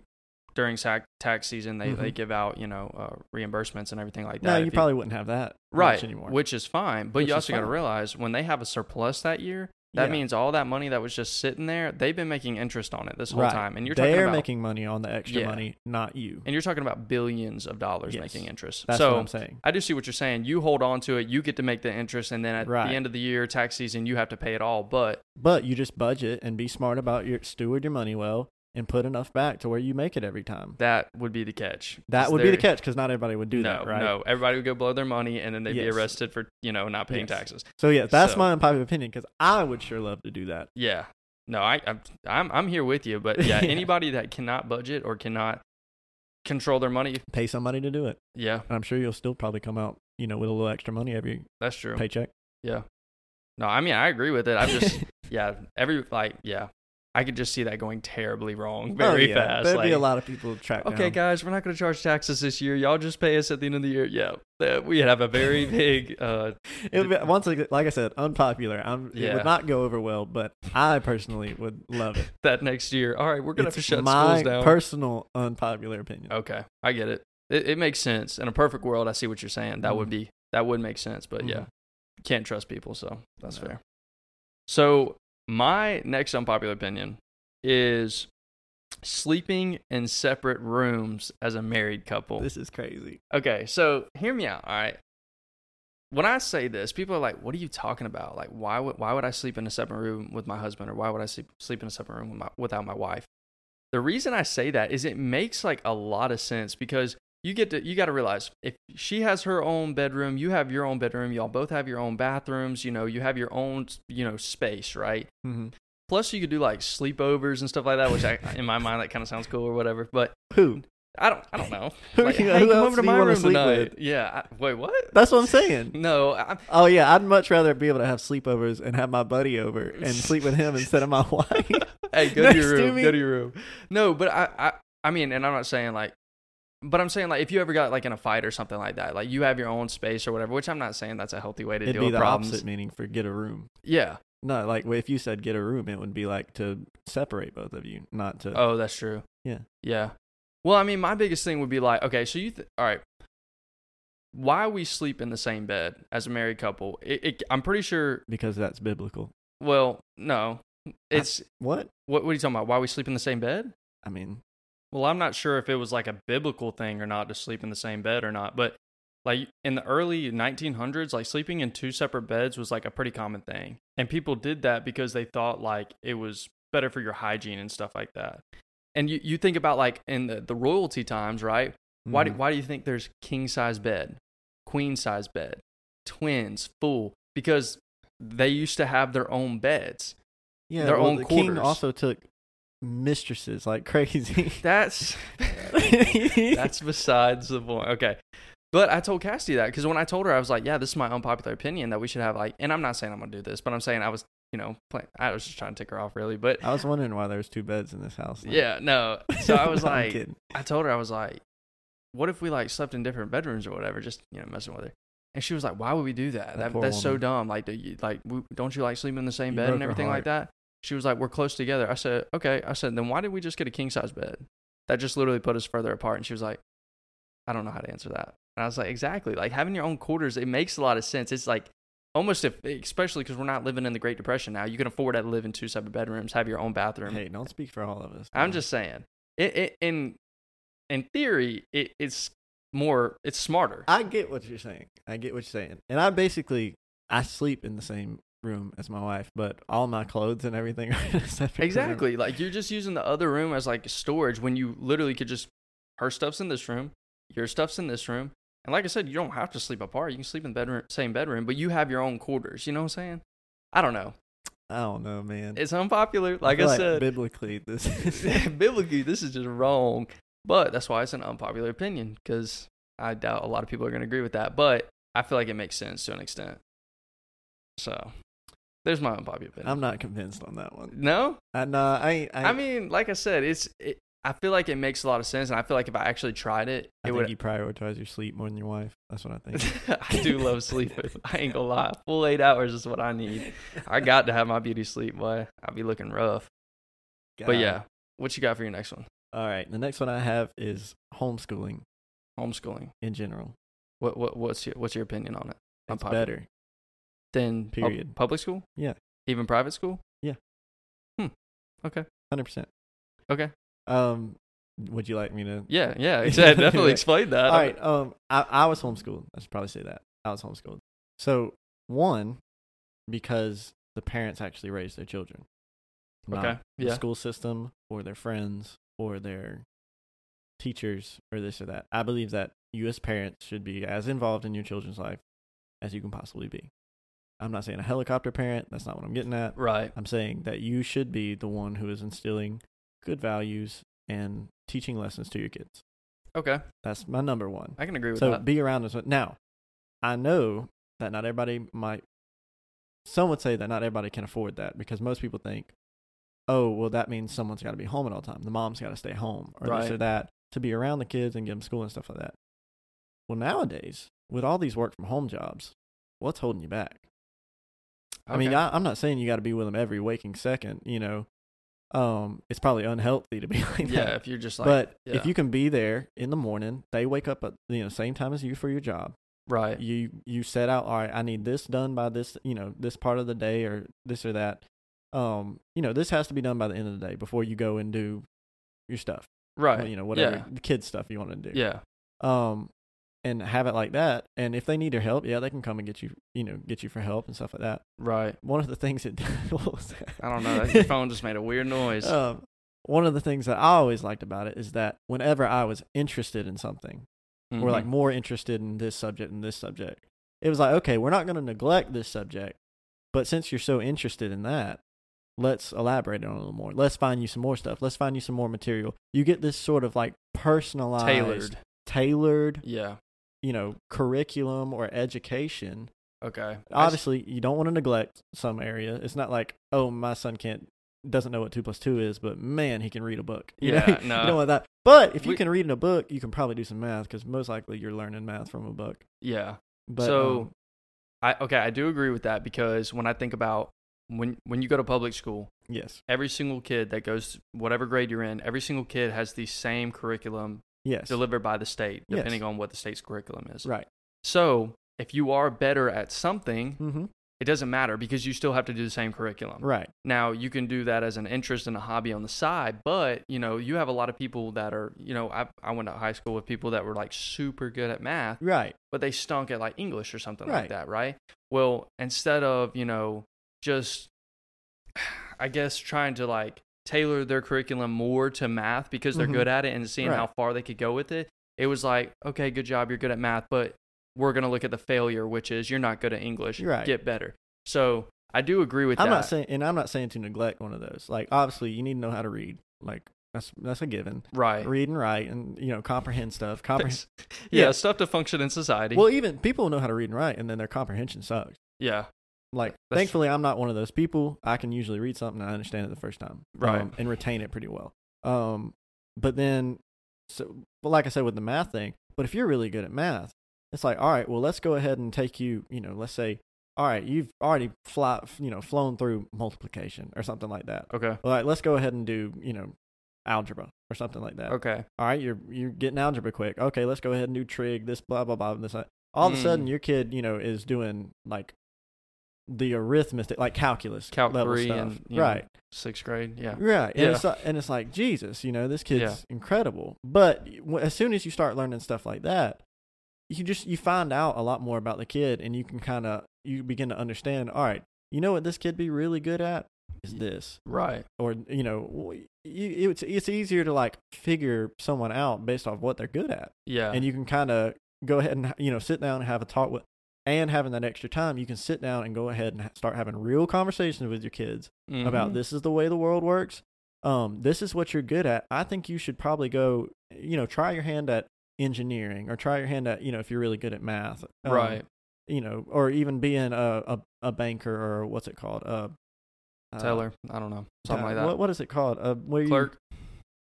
Speaker 1: during sac- tax season they, they
Speaker 2: Mhm.
Speaker 1: give out you know uh, reimbursements and everything like that.
Speaker 2: no
Speaker 1: if
Speaker 2: you probably wouldn't have that much
Speaker 1: right
Speaker 2: anymore
Speaker 1: which is fine. But
Speaker 2: Which
Speaker 1: you
Speaker 2: is
Speaker 1: also got to
Speaker 2: fine.
Speaker 1: realize when they have a surplus that year. That
Speaker 2: Yeah.
Speaker 1: means all that money that was just sitting there, they've been making interest on it this whole
Speaker 2: Right.
Speaker 1: time, and you're
Speaker 2: they're
Speaker 1: talking about
Speaker 2: making money on the extra
Speaker 1: Yeah.
Speaker 2: money not you
Speaker 1: and you're talking about billions of dollars
Speaker 2: Yes.
Speaker 1: making interest.
Speaker 2: that's
Speaker 1: so
Speaker 2: what i'm saying
Speaker 1: I do see what you're saying. You hold on to it, you get to make the interest, and then at
Speaker 2: Right.
Speaker 1: the end of the year, tax season, you have to pay it all. But
Speaker 2: But you just budget and be smart about your steward your money well and put enough back to where you make it every time.
Speaker 1: that would be the catch.
Speaker 2: That
Speaker 1: 'Cause
Speaker 2: would be the
Speaker 1: there-
Speaker 2: catch because not everybody would do
Speaker 1: no,
Speaker 2: that, right?
Speaker 1: no. Everybody would go blow their money, and then they'd
Speaker 2: Yes.
Speaker 1: be arrested for you know not paying
Speaker 2: Yes.
Speaker 1: taxes.
Speaker 2: So yeah, that's
Speaker 1: So-
Speaker 2: my unpopular opinion because I would sure love to do that.
Speaker 1: Yeah. No, I, I'm- I'm I'm here with you, but yeah,
Speaker 2: Yeah.
Speaker 1: anybody that cannot budget or cannot control their money,
Speaker 2: Pay somebody to do it,
Speaker 1: yeah,
Speaker 2: and I'm sure you'll still probably come out, you know, with a little extra money every
Speaker 1: that's true.
Speaker 2: paycheck.
Speaker 1: No, I mean I agree with it. I'm just yeah, every like yeah, I could just see that going terribly wrong very
Speaker 2: Oh, yeah.
Speaker 1: fast.
Speaker 2: There'd
Speaker 1: like,
Speaker 2: be a lot of people to track
Speaker 1: okay,
Speaker 2: down.
Speaker 1: guys, we're not going to charge taxes this year. Y'all just pay us at the end of the year. Yeah, that- we have a very big. Uh,
Speaker 2: It would be, once, ag- like I said, unpopular. I'm, It
Speaker 1: Yeah.
Speaker 2: would not go over well, but I personally would love it.
Speaker 1: that next year. All right, we're going to have to
Speaker 2: It's
Speaker 1: shut
Speaker 2: my
Speaker 1: schools down.
Speaker 2: personal unpopular opinion.
Speaker 1: okay, I get it. it. It makes sense. In a perfect world, I see what you're saying. That would
Speaker 2: Mhm.
Speaker 1: be that would make sense. But yeah,
Speaker 2: Mhm.
Speaker 1: can't trust people, so that's
Speaker 2: No.
Speaker 1: fair. So my next unpopular opinion is sleeping in separate rooms as a married couple.
Speaker 2: this is crazy.
Speaker 1: Okay, so hear me out. All right. When I say this, people are like, "What are you talking about? Like, why would why would I sleep in a separate room with my husband, or why would I sleep sleep in a separate room with my, without my wife?" The reason I say that is it makes like a lot of sense because you get to you got to realize if she has her own bedroom, you have your own bedroom, y'all both have your own bathrooms, you know, you have your own you know space, right?
Speaker 2: Mm-hmm.
Speaker 1: Plus, you could do like sleepovers and stuff like that, which I, in my mind that kind of sounds cool or whatever. But
Speaker 2: Who?
Speaker 1: I don't I don't know.
Speaker 2: Who
Speaker 1: Like,
Speaker 2: you-
Speaker 1: hey,
Speaker 2: who
Speaker 1: come
Speaker 2: else
Speaker 1: over to
Speaker 2: do you
Speaker 1: my
Speaker 2: wanna
Speaker 1: room
Speaker 2: sleep
Speaker 1: tonight.
Speaker 2: with?
Speaker 1: Yeah. I- wait, what?
Speaker 2: That's what I'm saying.
Speaker 1: No, I'm,
Speaker 2: Oh yeah, I'd much rather be able to have sleepovers and have my buddy over and sleep with him instead of my wife.
Speaker 1: hey, go to
Speaker 2: Next
Speaker 1: your
Speaker 2: to
Speaker 1: room.
Speaker 2: me.
Speaker 1: go to your room. No, but I, I, I mean, and I'm not saying like, but I'm saying like, if you ever got like in a fight or something like that, like you have your own space or whatever. Which I'm not saying that's a healthy way to
Speaker 2: It'd
Speaker 1: deal
Speaker 2: be
Speaker 1: with
Speaker 2: the
Speaker 1: problems.
Speaker 2: opposite meaning for get a room.
Speaker 1: Yeah.
Speaker 2: No, like if you said get a room, it would be like to separate both of you, not to.
Speaker 1: Oh, that's true.
Speaker 2: Yeah.
Speaker 1: Yeah. Well, I mean, my biggest thing would be like, okay, so you, th- all right. Why we sleep in the same bed as a married couple? It, it, I'm pretty sure.
Speaker 2: because that's biblical.
Speaker 1: Well, no, it's
Speaker 2: What?
Speaker 1: what? What are you talking about? Why we sleep in the same bed?
Speaker 2: I mean,
Speaker 1: Well, I'm not sure if it was like a biblical thing or not to sleep in the same bed or not, but like in the early 1900s, like sleeping in two separate beds was like a pretty common thing. And people did that because they thought like it was better for your hygiene and stuff like that. And you, you think about like in the, the royalty times, right? Why, do,
Speaker 2: mhm.
Speaker 1: why do you think there's king size bed, queen size bed, twins, full? Because they used to have their own beds.
Speaker 2: yeah,
Speaker 1: their
Speaker 2: well,
Speaker 1: own
Speaker 2: the king
Speaker 1: quarters.
Speaker 2: also took mistresses like crazy.
Speaker 1: That's That's besides the point. Okay. But I told Cassidy that because when I told her, I was like, yeah, this is my unpopular opinion that we should have, like, and I'm not saying I'm going to do this, but I'm saying I was, you know, playing, I was just trying to tick her off, really. But
Speaker 2: I was wondering why there's two beds in this house. now.
Speaker 1: yeah, no. So I was
Speaker 2: No, I'm
Speaker 1: like,
Speaker 2: kidding.
Speaker 1: I told her, I was like, what if we, like, slept in different bedrooms or whatever, just, you know, messing with her? And she was like, why would we do that?
Speaker 2: That
Speaker 1: that that's
Speaker 2: poor
Speaker 1: so
Speaker 2: woman.
Speaker 1: dumb. Like, do you, like, w- don't you like sleeping in the same
Speaker 2: You
Speaker 1: bed
Speaker 2: broke
Speaker 1: and
Speaker 2: her
Speaker 1: everything like that? She was like, we're close together. I said, okay. I said, then why did we just get a king size bed? That just literally put us further apart. And she was like, I don't know how to answer that. And I was like, exactly. Like having your own quarters, it makes a lot of sense. It's like almost if, especially because we're not living in the Great Depression now. You can afford to live in two separate bedrooms, have your own bathroom.
Speaker 2: Hey, don't speak for all of us.
Speaker 1: I'm
Speaker 2: man.
Speaker 1: just saying, it, it, in in theory, it, it's more, it's smarter.
Speaker 2: I get what you're saying. I get what you're saying. And I basically I sleep in the same room as my wife, but all my clothes and everything are in a separate room.
Speaker 1: Exactly. Like you're just using the other room as like storage when you literally could just her stuff's in this room, your stuff's in this room. And like I said, you don't have to sleep apart. You can sleep in the bedroom, same bedroom, but you have your own quarters. You know what I'm saying? I don't know.
Speaker 2: I don't know, man.
Speaker 1: It's unpopular. Like I,
Speaker 2: feel
Speaker 1: said,
Speaker 2: biblically, this
Speaker 1: biblically, this is just wrong. But that's why it's an unpopular opinion because I doubt a lot of people are going to agree with that. But I feel like it makes sense to an extent. So there's my unpopular opinion.
Speaker 2: I'm not convinced on that one.
Speaker 1: no,
Speaker 2: I no, I ain't- I,
Speaker 1: I, mean, like I said, it's. It, I feel like it makes a lot of sense, and I feel like if I actually tried it,
Speaker 2: I
Speaker 1: it
Speaker 2: think
Speaker 1: would.
Speaker 2: you prioritize your sleep more than your wife. That's what I think.
Speaker 1: I do love sleep. I ain't gonna lie. Full eight hours is what I need. I got to have my beauty sleep, boy. I'll be looking rough.
Speaker 2: God.
Speaker 1: But yeah, what you got for your next one?
Speaker 2: All right. The next one I have is homeschooling
Speaker 1: Homeschooling.
Speaker 2: in general.
Speaker 1: What what what's your what's your opinion on it?
Speaker 2: It's
Speaker 1: Unpopular.
Speaker 2: better.
Speaker 1: Then pub-
Speaker 2: Period.
Speaker 1: public school?
Speaker 2: Yeah.
Speaker 1: Even private school?
Speaker 2: Yeah.
Speaker 1: Hmm. Okay.
Speaker 2: Hundred percent.
Speaker 1: Okay.
Speaker 2: Um, would you like me to?
Speaker 1: Yeah. Yeah. Exactly. Definitely
Speaker 2: Yeah.
Speaker 1: explain that.
Speaker 2: All right. Um, I, I was homeschooled. I should probably say that I was homeschooled. So one, because the parents actually raised their children, not
Speaker 1: Okay.
Speaker 2: the
Speaker 1: Yeah.
Speaker 2: school system or their friends or their teachers or this or that. I believe that you as parents should be as involved in your children's life as you can possibly be. I'm not saying a helicopter parent. That's not what I'm getting at.
Speaker 1: Right.
Speaker 2: I'm saying that you should be the one who is instilling good values and teaching lessons to your kids.
Speaker 1: Okay.
Speaker 2: That's my number one.
Speaker 1: I can agree with
Speaker 2: So
Speaker 1: that.
Speaker 2: be around us. Now, I know that not everybody might. Some would say that not everybody can afford that because most people think, oh, well, that means someone's got to be home at all time. The mom's got to stay home or this
Speaker 1: Right.
Speaker 2: or that to be around the kids and give them school and stuff like that. Well, nowadays, with all these work from home jobs, what's holding you back? I mean,
Speaker 1: Okay.
Speaker 2: I, I'm not saying you got to be with them every waking second. You know, um, it's probably unhealthy to be like
Speaker 1: yeah.
Speaker 2: that.
Speaker 1: If you're just like,
Speaker 2: but if
Speaker 1: yeah.
Speaker 2: you can be there in the morning, they wake up at you know same time as you for your job.
Speaker 1: right.
Speaker 2: You you set out. All right, I need this done by this you know this part of the day or this or that. Um, you know, this has to be done by the end of the day before you go and do your stuff.
Speaker 1: Right.
Speaker 2: You know, whatever
Speaker 1: Yeah.
Speaker 2: the kids stuff you want to do
Speaker 1: Yeah.
Speaker 2: um and have it like that and if they need your help yeah they can come and get you you know get you for help and stuff like that
Speaker 1: Right.
Speaker 2: one of the things that what was that?
Speaker 1: I don't know. Your phone just made a weird noise.
Speaker 2: um, one of the things that i always liked about it is that whenever i was interested in something or like
Speaker 1: Mhm.
Speaker 2: more interested in this subject and this subject it was like okay we're not going to neglect this subject but since you're so interested in that let's elaborate on it a little more let's find you some more stuff let's find you some more material you get this sort of like personalized
Speaker 1: tailored.
Speaker 2: tailored
Speaker 1: Yeah.
Speaker 2: you know curriculum or education
Speaker 1: Okay. I s-
Speaker 2: obviously you don't want to neglect some area it's not like oh my son can't doesn't know what two plus two is but man he can read a book you know?
Speaker 1: Yeah,
Speaker 2: you
Speaker 1: no.
Speaker 2: don't want that but if you
Speaker 1: We-
Speaker 2: can read in a book you can probably do some math because most likely you're learning math from a book
Speaker 1: Yeah.
Speaker 2: but
Speaker 1: So-
Speaker 2: um,
Speaker 1: I okay, I do agree with that because when I think about when when you go to public school,
Speaker 2: yes
Speaker 1: every single kid that goes whatever grade you're in, every single kid has the same curriculum
Speaker 2: yes
Speaker 1: delivered by the state,
Speaker 2: Yes.
Speaker 1: depending on what the state's curriculum is.
Speaker 2: right
Speaker 1: So if you are better at something,
Speaker 2: mm-hmm.
Speaker 1: it doesn't matter because you still have to do the same curriculum.
Speaker 2: right
Speaker 1: Now you can do that as an interest and a hobby on the side, but you know, you have a lot of people that are, you know, I, I went to high school with people that were like super good at math
Speaker 2: right
Speaker 1: but they stunk at like English or something like
Speaker 2: Right.
Speaker 1: that, right? Well, instead of, you know, just I guess trying to like tailor their curriculum more to math because they're
Speaker 2: Mhm.
Speaker 1: good at it and seeing how
Speaker 2: Right.
Speaker 1: far they could go with it, it was like, okay, good job, you're good at math, but we're going to look at the failure, which is you're not good at English,
Speaker 2: Right.
Speaker 1: get better. So, I do agree with
Speaker 2: i'm
Speaker 1: that.
Speaker 2: not saying and i'm not saying to neglect one of those like obviously you need to know how to read like that's that's a given
Speaker 1: right.
Speaker 2: read and write and you know comprehend stuff comprehend
Speaker 1: yeah,
Speaker 2: Yeah.
Speaker 1: stuff to function in society.
Speaker 2: well even people know how to read and write and then their comprehension sucks
Speaker 1: yeah.
Speaker 2: Like,
Speaker 1: That's-
Speaker 2: thankfully, I'm not one of those people. I can usually read something and I understand it the first time,
Speaker 1: Right.
Speaker 2: um, and retain it pretty well. Um, but then, so, but like I said with the math thing, but if you're really good at math, it's like, all right, well, let's go ahead and take you, you know, let's say, all right, you've already fly, you know, flown through multiplication or something like that.
Speaker 1: Okay.
Speaker 2: All right, let's go ahead and do, you know, algebra or something like that.
Speaker 1: Okay.
Speaker 2: All right, you're you're getting algebra quick. Okay, let's go ahead and do trig. This blah blah blah. and This that. all of a
Speaker 1: Mm.
Speaker 2: sudden your kid, you know, is doing like the arithmetic, like calculus,
Speaker 1: Calc
Speaker 2: level
Speaker 1: 3
Speaker 2: stuff.
Speaker 1: and, you know,
Speaker 2: right,
Speaker 1: 6th grade, yeah.
Speaker 2: right. And
Speaker 1: Yeah.
Speaker 2: it's like, and it's like Jesus, you know, this kid's incredible. But w- as soon as you start learning stuff like that, you just you find out a lot more about the kid, and you can kind of you begin to understand. All right, you know what this kid be really good at is this
Speaker 1: Right.
Speaker 2: or you know w- you, it's it's easier to like figure someone out based off what they're good at
Speaker 1: Yeah.
Speaker 2: and you can kind of go ahead and you know sit down and have a talk with and having that extra time, you can sit down and go ahead and ha- start having real conversations with your kids about
Speaker 1: Mhm.
Speaker 2: this is the way the world works. Um, this is what you're good at. I think you should probably go, you know, try your hand at engineering or try your hand at, you know, if you're really good at math. um,
Speaker 1: right.
Speaker 2: You know, or even being a, a, a banker or what's it called? A, uh,
Speaker 1: Teller. I don't know. Something
Speaker 2: uh,
Speaker 1: like that.
Speaker 2: What, what is it called? Uh, where
Speaker 1: Clerk.
Speaker 2: you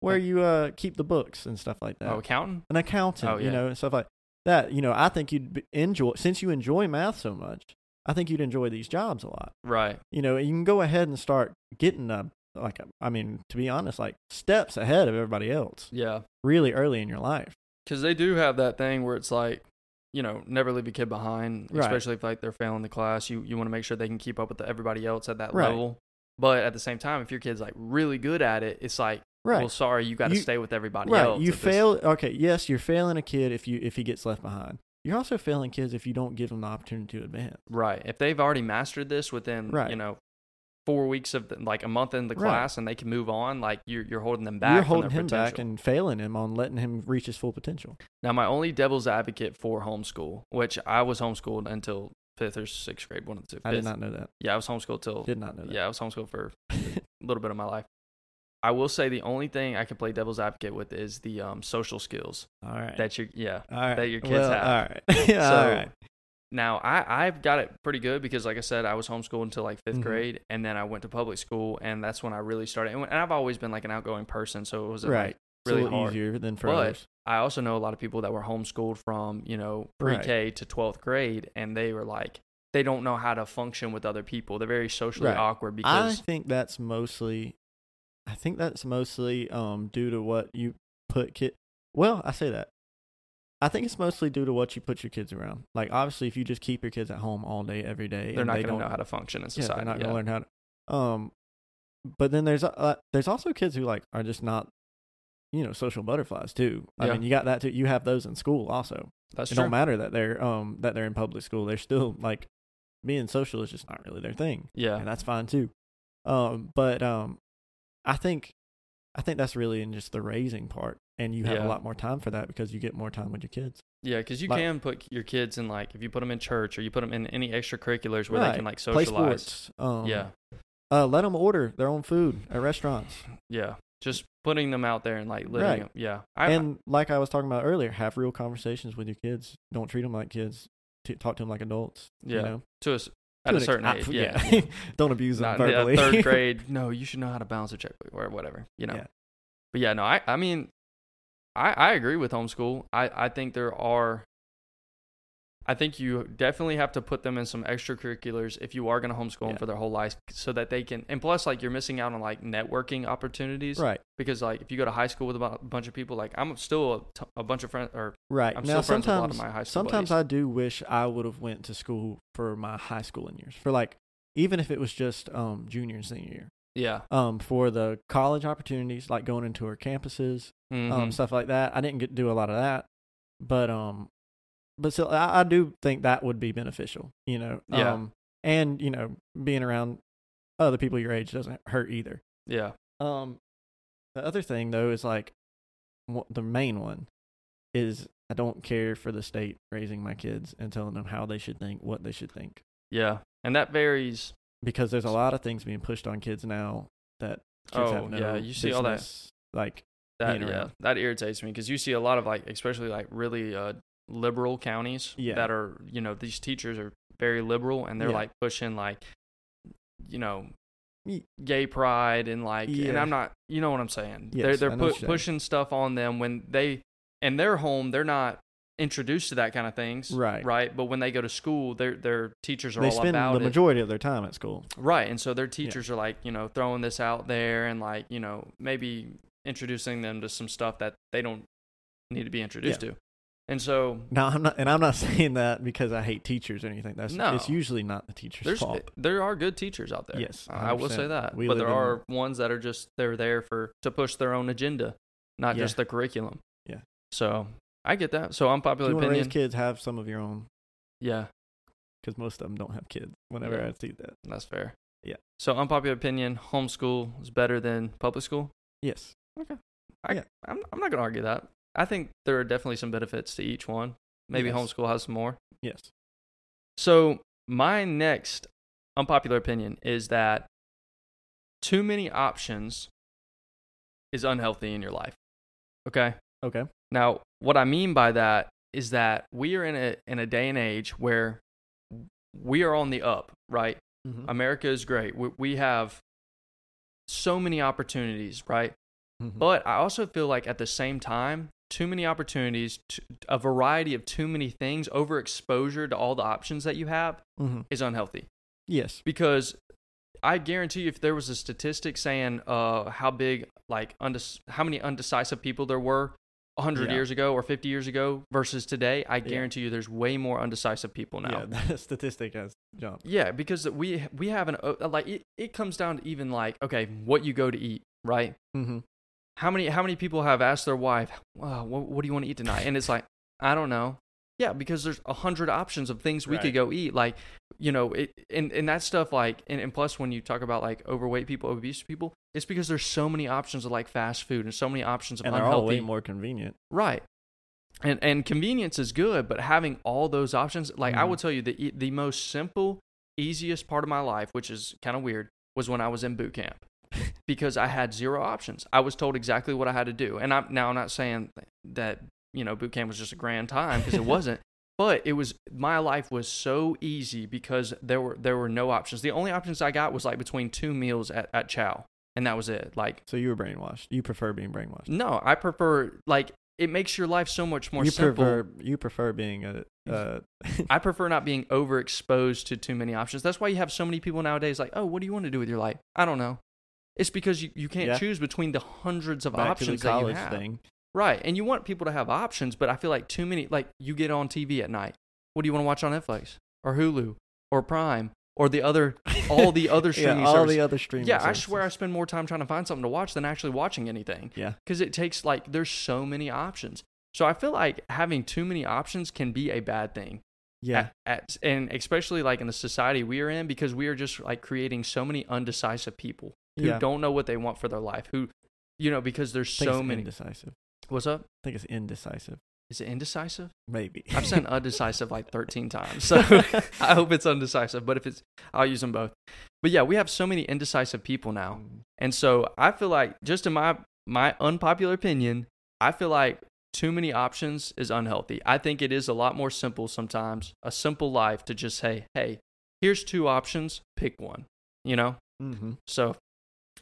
Speaker 2: where you uh, keep the books and stuff like that
Speaker 1: Oh, accountant.
Speaker 2: an accountant,
Speaker 1: Oh,
Speaker 2: you
Speaker 1: yeah.
Speaker 2: know, and stuff like that. You know, I think you'd be- enjoy since you enjoy math so much. I think you'd enjoy these jobs a lot.
Speaker 1: Right.
Speaker 2: You know, and you can go ahead and start getting a like a, I mean, to be honest, like steps ahead of everybody else
Speaker 1: Yeah.
Speaker 2: really early in your life.
Speaker 1: Because they do have that thing where it's like, you know, never leave a kid behind,
Speaker 2: Right.
Speaker 1: especially if like they're failing the class. You you want to make sure they can keep up with everybody else at that
Speaker 2: Right.
Speaker 1: level. But at the same time, if your kid's like really good at it, it's like,
Speaker 2: Right.
Speaker 1: well, sorry, you got to
Speaker 2: You-
Speaker 1: stay with everybody
Speaker 2: right.
Speaker 1: else.
Speaker 2: You
Speaker 1: at this-
Speaker 2: fail okay, yes, you're failing a kid if you if he gets left behind. You're also failing kids if you don't give them the opportunity to advance.
Speaker 1: right. If they've already mastered this within,
Speaker 2: Right.
Speaker 1: you know, four weeks of the, like a month in the
Speaker 2: Right.
Speaker 1: class, and they can move on, like you're you're holding them back.
Speaker 2: You're
Speaker 1: from
Speaker 2: holding
Speaker 1: their
Speaker 2: him
Speaker 1: potential.
Speaker 2: back and failing him on letting him reach his full potential.
Speaker 1: Now, my only devil's advocate for homeschool, which I was homeschooled until fifth or sixth grade, one of the two.
Speaker 2: I did
Speaker 1: Fifth.
Speaker 2: not know that.
Speaker 1: Yeah, I was homeschooled till
Speaker 2: Did not know that.
Speaker 1: yeah, I was homeschooled for a little bit of my life. I will say the only thing I can play devil's advocate with is the um, social skills
Speaker 2: All right.
Speaker 1: that you yeah.
Speaker 2: all right.
Speaker 1: that your kids
Speaker 2: Well,
Speaker 1: have.
Speaker 2: All right. yeah, all
Speaker 1: So,
Speaker 2: right.
Speaker 1: Now I I've got it pretty good because like I said I was homeschooled until like 5th
Speaker 2: Mhm.
Speaker 1: grade and then I went to public school and that's when I really started and I've always been like an outgoing person so it was like,
Speaker 2: right It's
Speaker 1: really
Speaker 2: a little
Speaker 1: hard.
Speaker 2: easier than for
Speaker 1: But-
Speaker 2: others
Speaker 1: I also know a lot of people that were homeschooled from, you know, pre
Speaker 2: Right.
Speaker 1: K to 12th grade, and they were like, they don't know how to function with other people. They're very socially
Speaker 2: Right.
Speaker 1: awkward
Speaker 2: i
Speaker 1: because,
Speaker 2: think that's mostly i think that's mostly um due to what you put kid well i say that i think it's mostly due to what you put your kids around like obviously if you just keep your kids at home all day every day
Speaker 1: they're
Speaker 2: and
Speaker 1: not
Speaker 2: they
Speaker 1: going to
Speaker 2: don't
Speaker 1: know how to function in
Speaker 2: yeah,
Speaker 1: society.
Speaker 2: they're not
Speaker 1: yeah.
Speaker 2: gonna learn how to um but then there's uh, there's also kids who like are just not you know social butterflies too i
Speaker 1: Yeah.
Speaker 2: mean you got that too you have those in school also
Speaker 1: That's
Speaker 2: it
Speaker 1: true.
Speaker 2: don't matter that they're um that they're in public school they're still like being social is just not really their thing
Speaker 1: Yeah.
Speaker 2: and that's fine too. Um, but um, I think I think that's really in just the raising part, and you have
Speaker 1: Yeah.
Speaker 2: a lot more time for that because you get more time with your kids.
Speaker 1: Yeah. Because you
Speaker 2: Like-
Speaker 1: can put your kids in, like, if you put them in church or you put them in any extracurriculars where they
Speaker 2: Right.
Speaker 1: can, like,
Speaker 2: Play
Speaker 1: socialize.
Speaker 2: sports. Um,
Speaker 1: Yeah.
Speaker 2: Uh, let them order their own food at restaurants,
Speaker 1: Yeah. Just putting them out there and, like, letting
Speaker 2: Right.
Speaker 1: them. Yeah. I,
Speaker 2: and like I was talking about earlier, have real conversations with your kids. Don't treat them like kids. T- talk to them like adults.
Speaker 1: Yeah.
Speaker 2: You know?
Speaker 1: to a, s- at a
Speaker 2: To an ex-
Speaker 1: certain
Speaker 2: I-
Speaker 1: age. Yeah.
Speaker 2: Don't abuse them
Speaker 1: not, yeah,
Speaker 2: verbally.
Speaker 1: third grade. No, you should know how to balance a checkbook or whatever, you know.
Speaker 2: Yeah.
Speaker 1: But yeah, no, I, I mean, I, I agree with homeschool. I, I think there are, I think you definitely have to put them in some extracurriculars if you are going to homeschool them
Speaker 2: Yeah.
Speaker 1: for their whole life so that they can, and plus, like, you're missing out on like networking opportunities.
Speaker 2: right.
Speaker 1: Because, like, if you go to high school with a bu- bunch of people, like, I'm still a, t- a bunch of friends or
Speaker 2: Right.
Speaker 1: I'm still
Speaker 2: now,
Speaker 1: friends with a lot of
Speaker 2: sometimes,
Speaker 1: my high school
Speaker 2: sometimes
Speaker 1: buddies.
Speaker 2: I do wish I would have went to school for my high schooling years, for like even if it was just um, junior and senior year,
Speaker 1: yeah.
Speaker 2: um, for the college opportunities, like going into our campuses, um,
Speaker 1: Mhm.
Speaker 2: stuff like that. I didn't get to do a lot of that, but um, but still, I, I do think that would be beneficial, you know.
Speaker 1: Yeah.
Speaker 2: Um, and you know, being around other people your age doesn't hurt either.
Speaker 1: yeah.
Speaker 2: Um, the other thing though is like wha- the main one is I don't care for the state raising my kids and telling them how they should think, what they should think,
Speaker 1: Yeah. And that varies.
Speaker 2: because there's a lot of things being pushed on kids now that kids
Speaker 1: Oh,
Speaker 2: have no
Speaker 1: yeah, you see all that.
Speaker 2: business, like
Speaker 1: That
Speaker 2: being
Speaker 1: yeah,
Speaker 2: around.
Speaker 1: that irritates me because you see a lot of like, especially like really uh, liberal counties
Speaker 2: Yeah.
Speaker 1: that are you know these teachers are very liberal and they're
Speaker 2: Yeah.
Speaker 1: like pushing like, you know,
Speaker 2: Ye-
Speaker 1: gay pride and like, and
Speaker 2: Yeah.
Speaker 1: I'm not, you know what I'm saying?
Speaker 2: Yes,
Speaker 1: they're
Speaker 2: I
Speaker 1: they're
Speaker 2: know what
Speaker 1: pu-
Speaker 2: you're saying.
Speaker 1: pushing stuff on them when they in their home they're not introduced to that kind of things,
Speaker 2: Right.
Speaker 1: Right, but when they go to school, their their teachers are
Speaker 2: they
Speaker 1: all
Speaker 2: spend
Speaker 1: about
Speaker 2: the
Speaker 1: it.
Speaker 2: majority of their time at school.
Speaker 1: Right. And so their teachers are like, you know, throwing this out there and like, you know, maybe introducing them to some stuff that they don't need to be introduced to. And so
Speaker 2: No, I'm not, and I'm not saying that because I hate teachers or anything. That's
Speaker 1: No.
Speaker 2: it's usually not the teacher's
Speaker 1: there's eh,
Speaker 2: fault.
Speaker 1: there are good teachers out there.
Speaker 2: Yes,
Speaker 1: I I will say
Speaker 2: 100%.
Speaker 1: that.
Speaker 2: We
Speaker 1: but there
Speaker 2: live in-
Speaker 1: are ones that are just they're there for to push their own agenda, not
Speaker 2: Yeah.
Speaker 1: just the curriculum.
Speaker 2: Yeah.
Speaker 1: So I get that. So
Speaker 2: If
Speaker 1: unpopular
Speaker 2: you want to raise
Speaker 1: opinion.
Speaker 2: kids, have some of your own,
Speaker 1: Yeah,
Speaker 2: because most of them don't have kids. Whenever
Speaker 1: Yeah.
Speaker 2: I see that,
Speaker 1: that's fair.
Speaker 2: Yeah.
Speaker 1: So unpopular opinion, homeschool is better than public school.
Speaker 2: yes,
Speaker 1: I,
Speaker 2: Yeah.
Speaker 1: I'm, I'm not going to argue that. I think there are definitely some benefits to each one. Maybe
Speaker 2: Yes.
Speaker 1: homeschool has some more.
Speaker 2: yes.
Speaker 1: So my next unpopular opinion is that too many options is unhealthy in your life. Okay?
Speaker 2: Okay.
Speaker 1: Now, what I mean by that is that we are in a in a day and age where we are on the up, right?
Speaker 2: Mhm.
Speaker 1: America is great. We, we have so many opportunities, right?
Speaker 2: Mhm.
Speaker 1: But I also feel like at the same time, too many opportunities, t- a variety of too many things, overexposure to all the options that you have
Speaker 2: Mhm.
Speaker 1: is unhealthy.
Speaker 2: Yes.
Speaker 1: Because I guarantee you, if there was a statistic saying uh, how big, like, undec- how many undecisive people there were 100
Speaker 2: Yeah.
Speaker 1: years ago or 50 years ago versus today, I
Speaker 2: Yeah.
Speaker 1: guarantee you there's way more undecisive people now.
Speaker 2: Yeah, that statistic has jumped.
Speaker 1: Yeah, because we we have an uh, like it, it comes down to even like okay, what you go to eat, right?
Speaker 2: Mm-hmm.
Speaker 1: How many how many people have asked their wife, "Wow, what, what do you want to eat tonight?" And it's like, I don't know. Yeah, because there's a hundred options of things we could
Speaker 2: Right.
Speaker 1: go eat. Like, you know, it and, and that stuff like and, and plus when you talk about like overweight people, obese people, it's because there's so many options of like fast food and so many options of
Speaker 2: And they're all
Speaker 1: unhealthy
Speaker 2: way more convenient.
Speaker 1: Right. And and convenience is good, but having all those options, like I
Speaker 2: Mhm.
Speaker 1: will tell you, the e- the most simple, easiest part of my life, which is kind of weird, was when I was in boot camp, because I had zero options. I was told exactly what I had to do, and I'm now I'm not saying that you know boot camp was just a grand time because it wasn't. But it was my life was so easy because there were there were no options. The only options I got was like between two meals at, at Chow, and that was it. Like
Speaker 2: So you were brainwashed. You prefer being brainwashed.
Speaker 1: no, I prefer like it makes your life so much more
Speaker 2: you
Speaker 1: simple.
Speaker 2: prefer you prefer being a uh,
Speaker 1: I prefer not being overexposed to too many options. That's why you have so many people nowadays like, oh, what do you want to do with your life? I don't know. It's because you, you can't
Speaker 2: Yeah.
Speaker 1: choose between the hundreds of
Speaker 2: back to the
Speaker 1: options that you
Speaker 2: college
Speaker 1: have.
Speaker 2: thing.
Speaker 1: Right. And you want people to have options, but I feel like too many like you get on TV at night. What do you want to watch on Netflix? Or Hulu? Or Prime? Or the other all the other streaming
Speaker 2: yeah, all
Speaker 1: services.
Speaker 2: the other streaming.
Speaker 1: yeah, I
Speaker 2: services.
Speaker 1: swear I spend more time trying to find something to watch than actually watching anything
Speaker 2: Yeah,
Speaker 1: because it takes like there's so many options. So I feel like having too many options can be a bad thing.
Speaker 2: yeah,
Speaker 1: At- at- and especially like in the society we are in because we are just like creating so many undecisive people who
Speaker 2: Yeah.
Speaker 1: don't know what they want for their life. Who, you know, because there's
Speaker 2: I think
Speaker 1: so
Speaker 2: it's
Speaker 1: many.
Speaker 2: Indecisive.
Speaker 1: What's up?
Speaker 2: I think it's indecisive.
Speaker 1: Is it indecisive?
Speaker 2: Maybe.
Speaker 1: I've said undecisive like 13 times. So I hope it's undecisive, but if it's, I'll use them both. But yeah, we have so many indecisive people now. And so I feel like just in my my unpopular opinion, I feel like too many options is unhealthy. I think it is a lot more simple sometimes, a simple life to just say, "Hey, here's two options, pick one." You know?
Speaker 2: Mm-hmm.
Speaker 1: So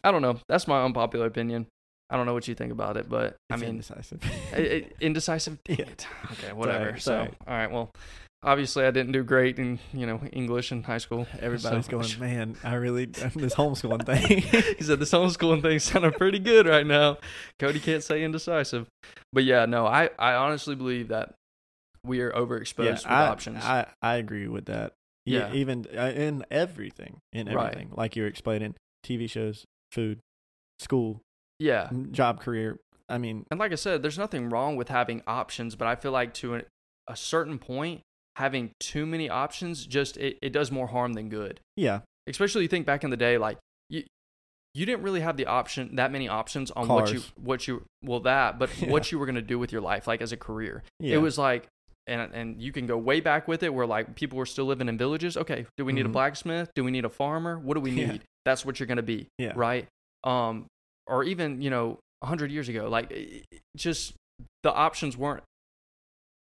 Speaker 1: I don't know. That's my unpopular opinion. I don't know what you think about it, but I mean,
Speaker 2: indecisive.
Speaker 1: i- i- indecisive.
Speaker 2: Yeah.
Speaker 1: Dang it. Okay, whatever.
Speaker 2: alright,
Speaker 1: so,
Speaker 2: sorry.
Speaker 1: all right, well, obviously I didn't do great in, you know, English in high school.
Speaker 2: Everybody's
Speaker 1: So-
Speaker 2: going, man. I really this homeschooling thing.
Speaker 1: he said this homeschooling thing sounded pretty good right now. Cody can't say indecisive, but yeah, no, I, I honestly believe that we are overexposed with
Speaker 2: I,
Speaker 1: options.
Speaker 2: I, I agree with that. E-
Speaker 1: Yeah.
Speaker 2: Even uh, in everything, in
Speaker 1: Right.
Speaker 2: everything, like you were explaining, TV shows, food, school,
Speaker 1: yeah,
Speaker 2: m- job, career. I mean,
Speaker 1: and like I said, there's nothing wrong with having options, but I feel like to a, a certain point, having too many options just it, it does more harm than good.
Speaker 2: yeah,
Speaker 1: Especially you think back in the day, like you you didn't really have the option that many options on what you
Speaker 2: Cars.
Speaker 1: what you well that, but
Speaker 2: Yeah.
Speaker 1: what you were gonna do with your life, like as a career.
Speaker 2: yeah.
Speaker 1: It was like, and and you can go way back with it, where like people were still living in villages. Okay, do we need a
Speaker 2: Mhm.
Speaker 1: blacksmith? Do we need a farmer? What do we need?
Speaker 2: Yeah.
Speaker 1: That's what you're gonna be,
Speaker 2: Yeah.
Speaker 1: right? Um, or even you know, hundred years ago, like it- it- just the options weren't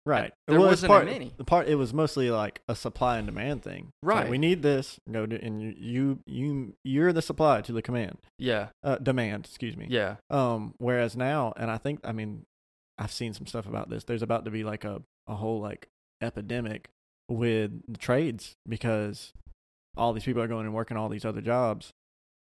Speaker 2: right.
Speaker 1: there
Speaker 2: Well, it's
Speaker 1: wasn't
Speaker 2: part,
Speaker 1: many.
Speaker 2: The part it was mostly like a supply and demand thing. It's like,
Speaker 1: Right.
Speaker 2: we need this. Go to, and you, you you you're the supply to the command
Speaker 1: Yeah,
Speaker 2: uh, demand. Excuse me.
Speaker 1: yeah,
Speaker 2: Um, whereas now, and I think, I mean, I've seen some stuff about this. There's about to be like a, a whole like epidemic with the trades because all these people are going and working all these other jobs,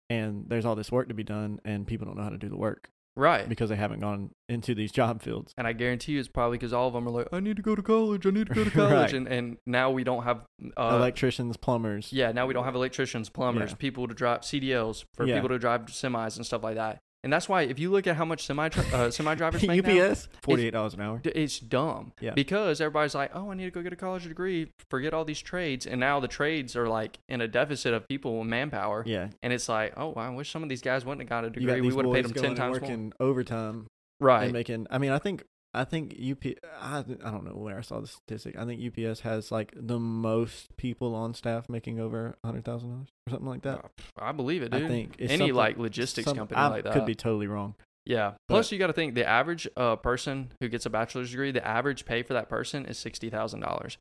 Speaker 2: and there's all this work to be done, and people don't know how to do the work
Speaker 1: right.
Speaker 2: because they haven't gone into these job fields.
Speaker 1: And I guarantee you, it's probably because all of them are like, I need to go to college. I need to go to college,
Speaker 2: Right.
Speaker 1: and and now we don't have uh,
Speaker 2: Electricians, plumbers.
Speaker 1: Yeah, now we don't have electricians, plumbers,
Speaker 2: Yeah.
Speaker 1: people to drive CDLs for
Speaker 2: Yeah.
Speaker 1: people to drive semis and stuff like that. And that's why if you look at how much semi tri- uh, semi drivers make now,
Speaker 2: UPS, forty eight dollars an hour.
Speaker 1: d- it's dumb.
Speaker 2: Yeah.
Speaker 1: Because everybody's like, "Oh, I need to go get a college degree, forget all these trades." And now the trades are like in a deficit of people and manpower.
Speaker 2: Yeah,
Speaker 1: And it's like, "Oh, I wish some of these guys wouldn't have got a
Speaker 2: you got
Speaker 1: degree.
Speaker 2: these
Speaker 1: We would have
Speaker 2: boys
Speaker 1: paid them
Speaker 2: going
Speaker 1: 10
Speaker 2: and
Speaker 1: times more."
Speaker 2: working overtime
Speaker 1: Right.
Speaker 2: and making. I mean, I think I think UP. I, I don't know where I saw the statistic. I think UPS has like the most people on staff making over a hundred thousand dollars or something like that.
Speaker 1: Uh, I believe it, dude.
Speaker 2: I think it's
Speaker 1: any
Speaker 2: something-
Speaker 1: like logistics
Speaker 2: some-
Speaker 1: company
Speaker 2: I
Speaker 1: like that.
Speaker 2: could be totally wrong.
Speaker 1: yeah. Plus, you got to think the average uh, person who gets a bachelor's degree, the average pay for that person is sixty thousand dollars.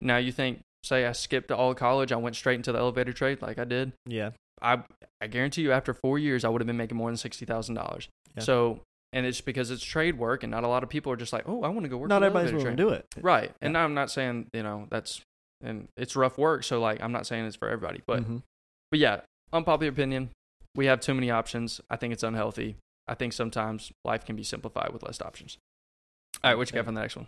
Speaker 1: Now you think, say, I skipped all of college, I went straight into the elevator trade, like I did.
Speaker 2: Yeah,
Speaker 1: I I guarantee you, after four years, I would have been making more than sixty thousand dollars.
Speaker 2: Yeah.
Speaker 1: So, and it's because it's trade work, and not a lot of people are just like, oh, I want to go work.
Speaker 2: not
Speaker 1: in the
Speaker 2: everybody's
Speaker 1: elevator
Speaker 2: willing
Speaker 1: trade."
Speaker 2: to do it.
Speaker 1: Right, and I'm not saying you know that's and it's rough work. So like, I'm not saying it's for everybody, but
Speaker 2: Mhm.
Speaker 1: but yeah, unpopular opinion. We have too many options. I think it's unhealthy. I think sometimes life can be simplified with less options. All right, what you got
Speaker 2: Okay.
Speaker 1: for the next one?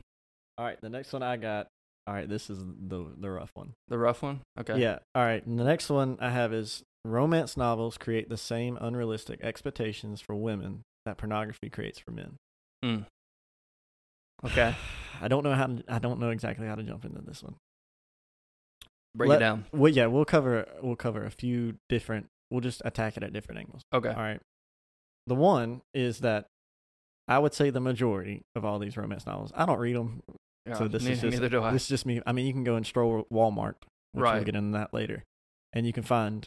Speaker 2: all right, the next one I got. All right, this is the the rough one.
Speaker 1: The rough one. Okay.
Speaker 2: Yeah. All right. and the next one I have is romance novels create the same unrealistic expectations for women that pornography creates for men.
Speaker 1: Hmm. Okay.
Speaker 2: I don't know how to, I don't know exactly how to jump into this one.
Speaker 1: Break
Speaker 2: Let-
Speaker 1: it down.
Speaker 2: Well, yeah, we'll cover we'll cover a few different. We'll just attack it at different angles.
Speaker 1: Okay.
Speaker 2: All right. The one is that I would say the majority of all these romance novels. I don't read them,
Speaker 1: Yeah,
Speaker 2: so this
Speaker 1: ne-
Speaker 2: is just
Speaker 1: neither do I.
Speaker 2: This is just me. I mean, you can go and stroll Walmart, which
Speaker 1: Right.
Speaker 2: we'll get into that later, and you can find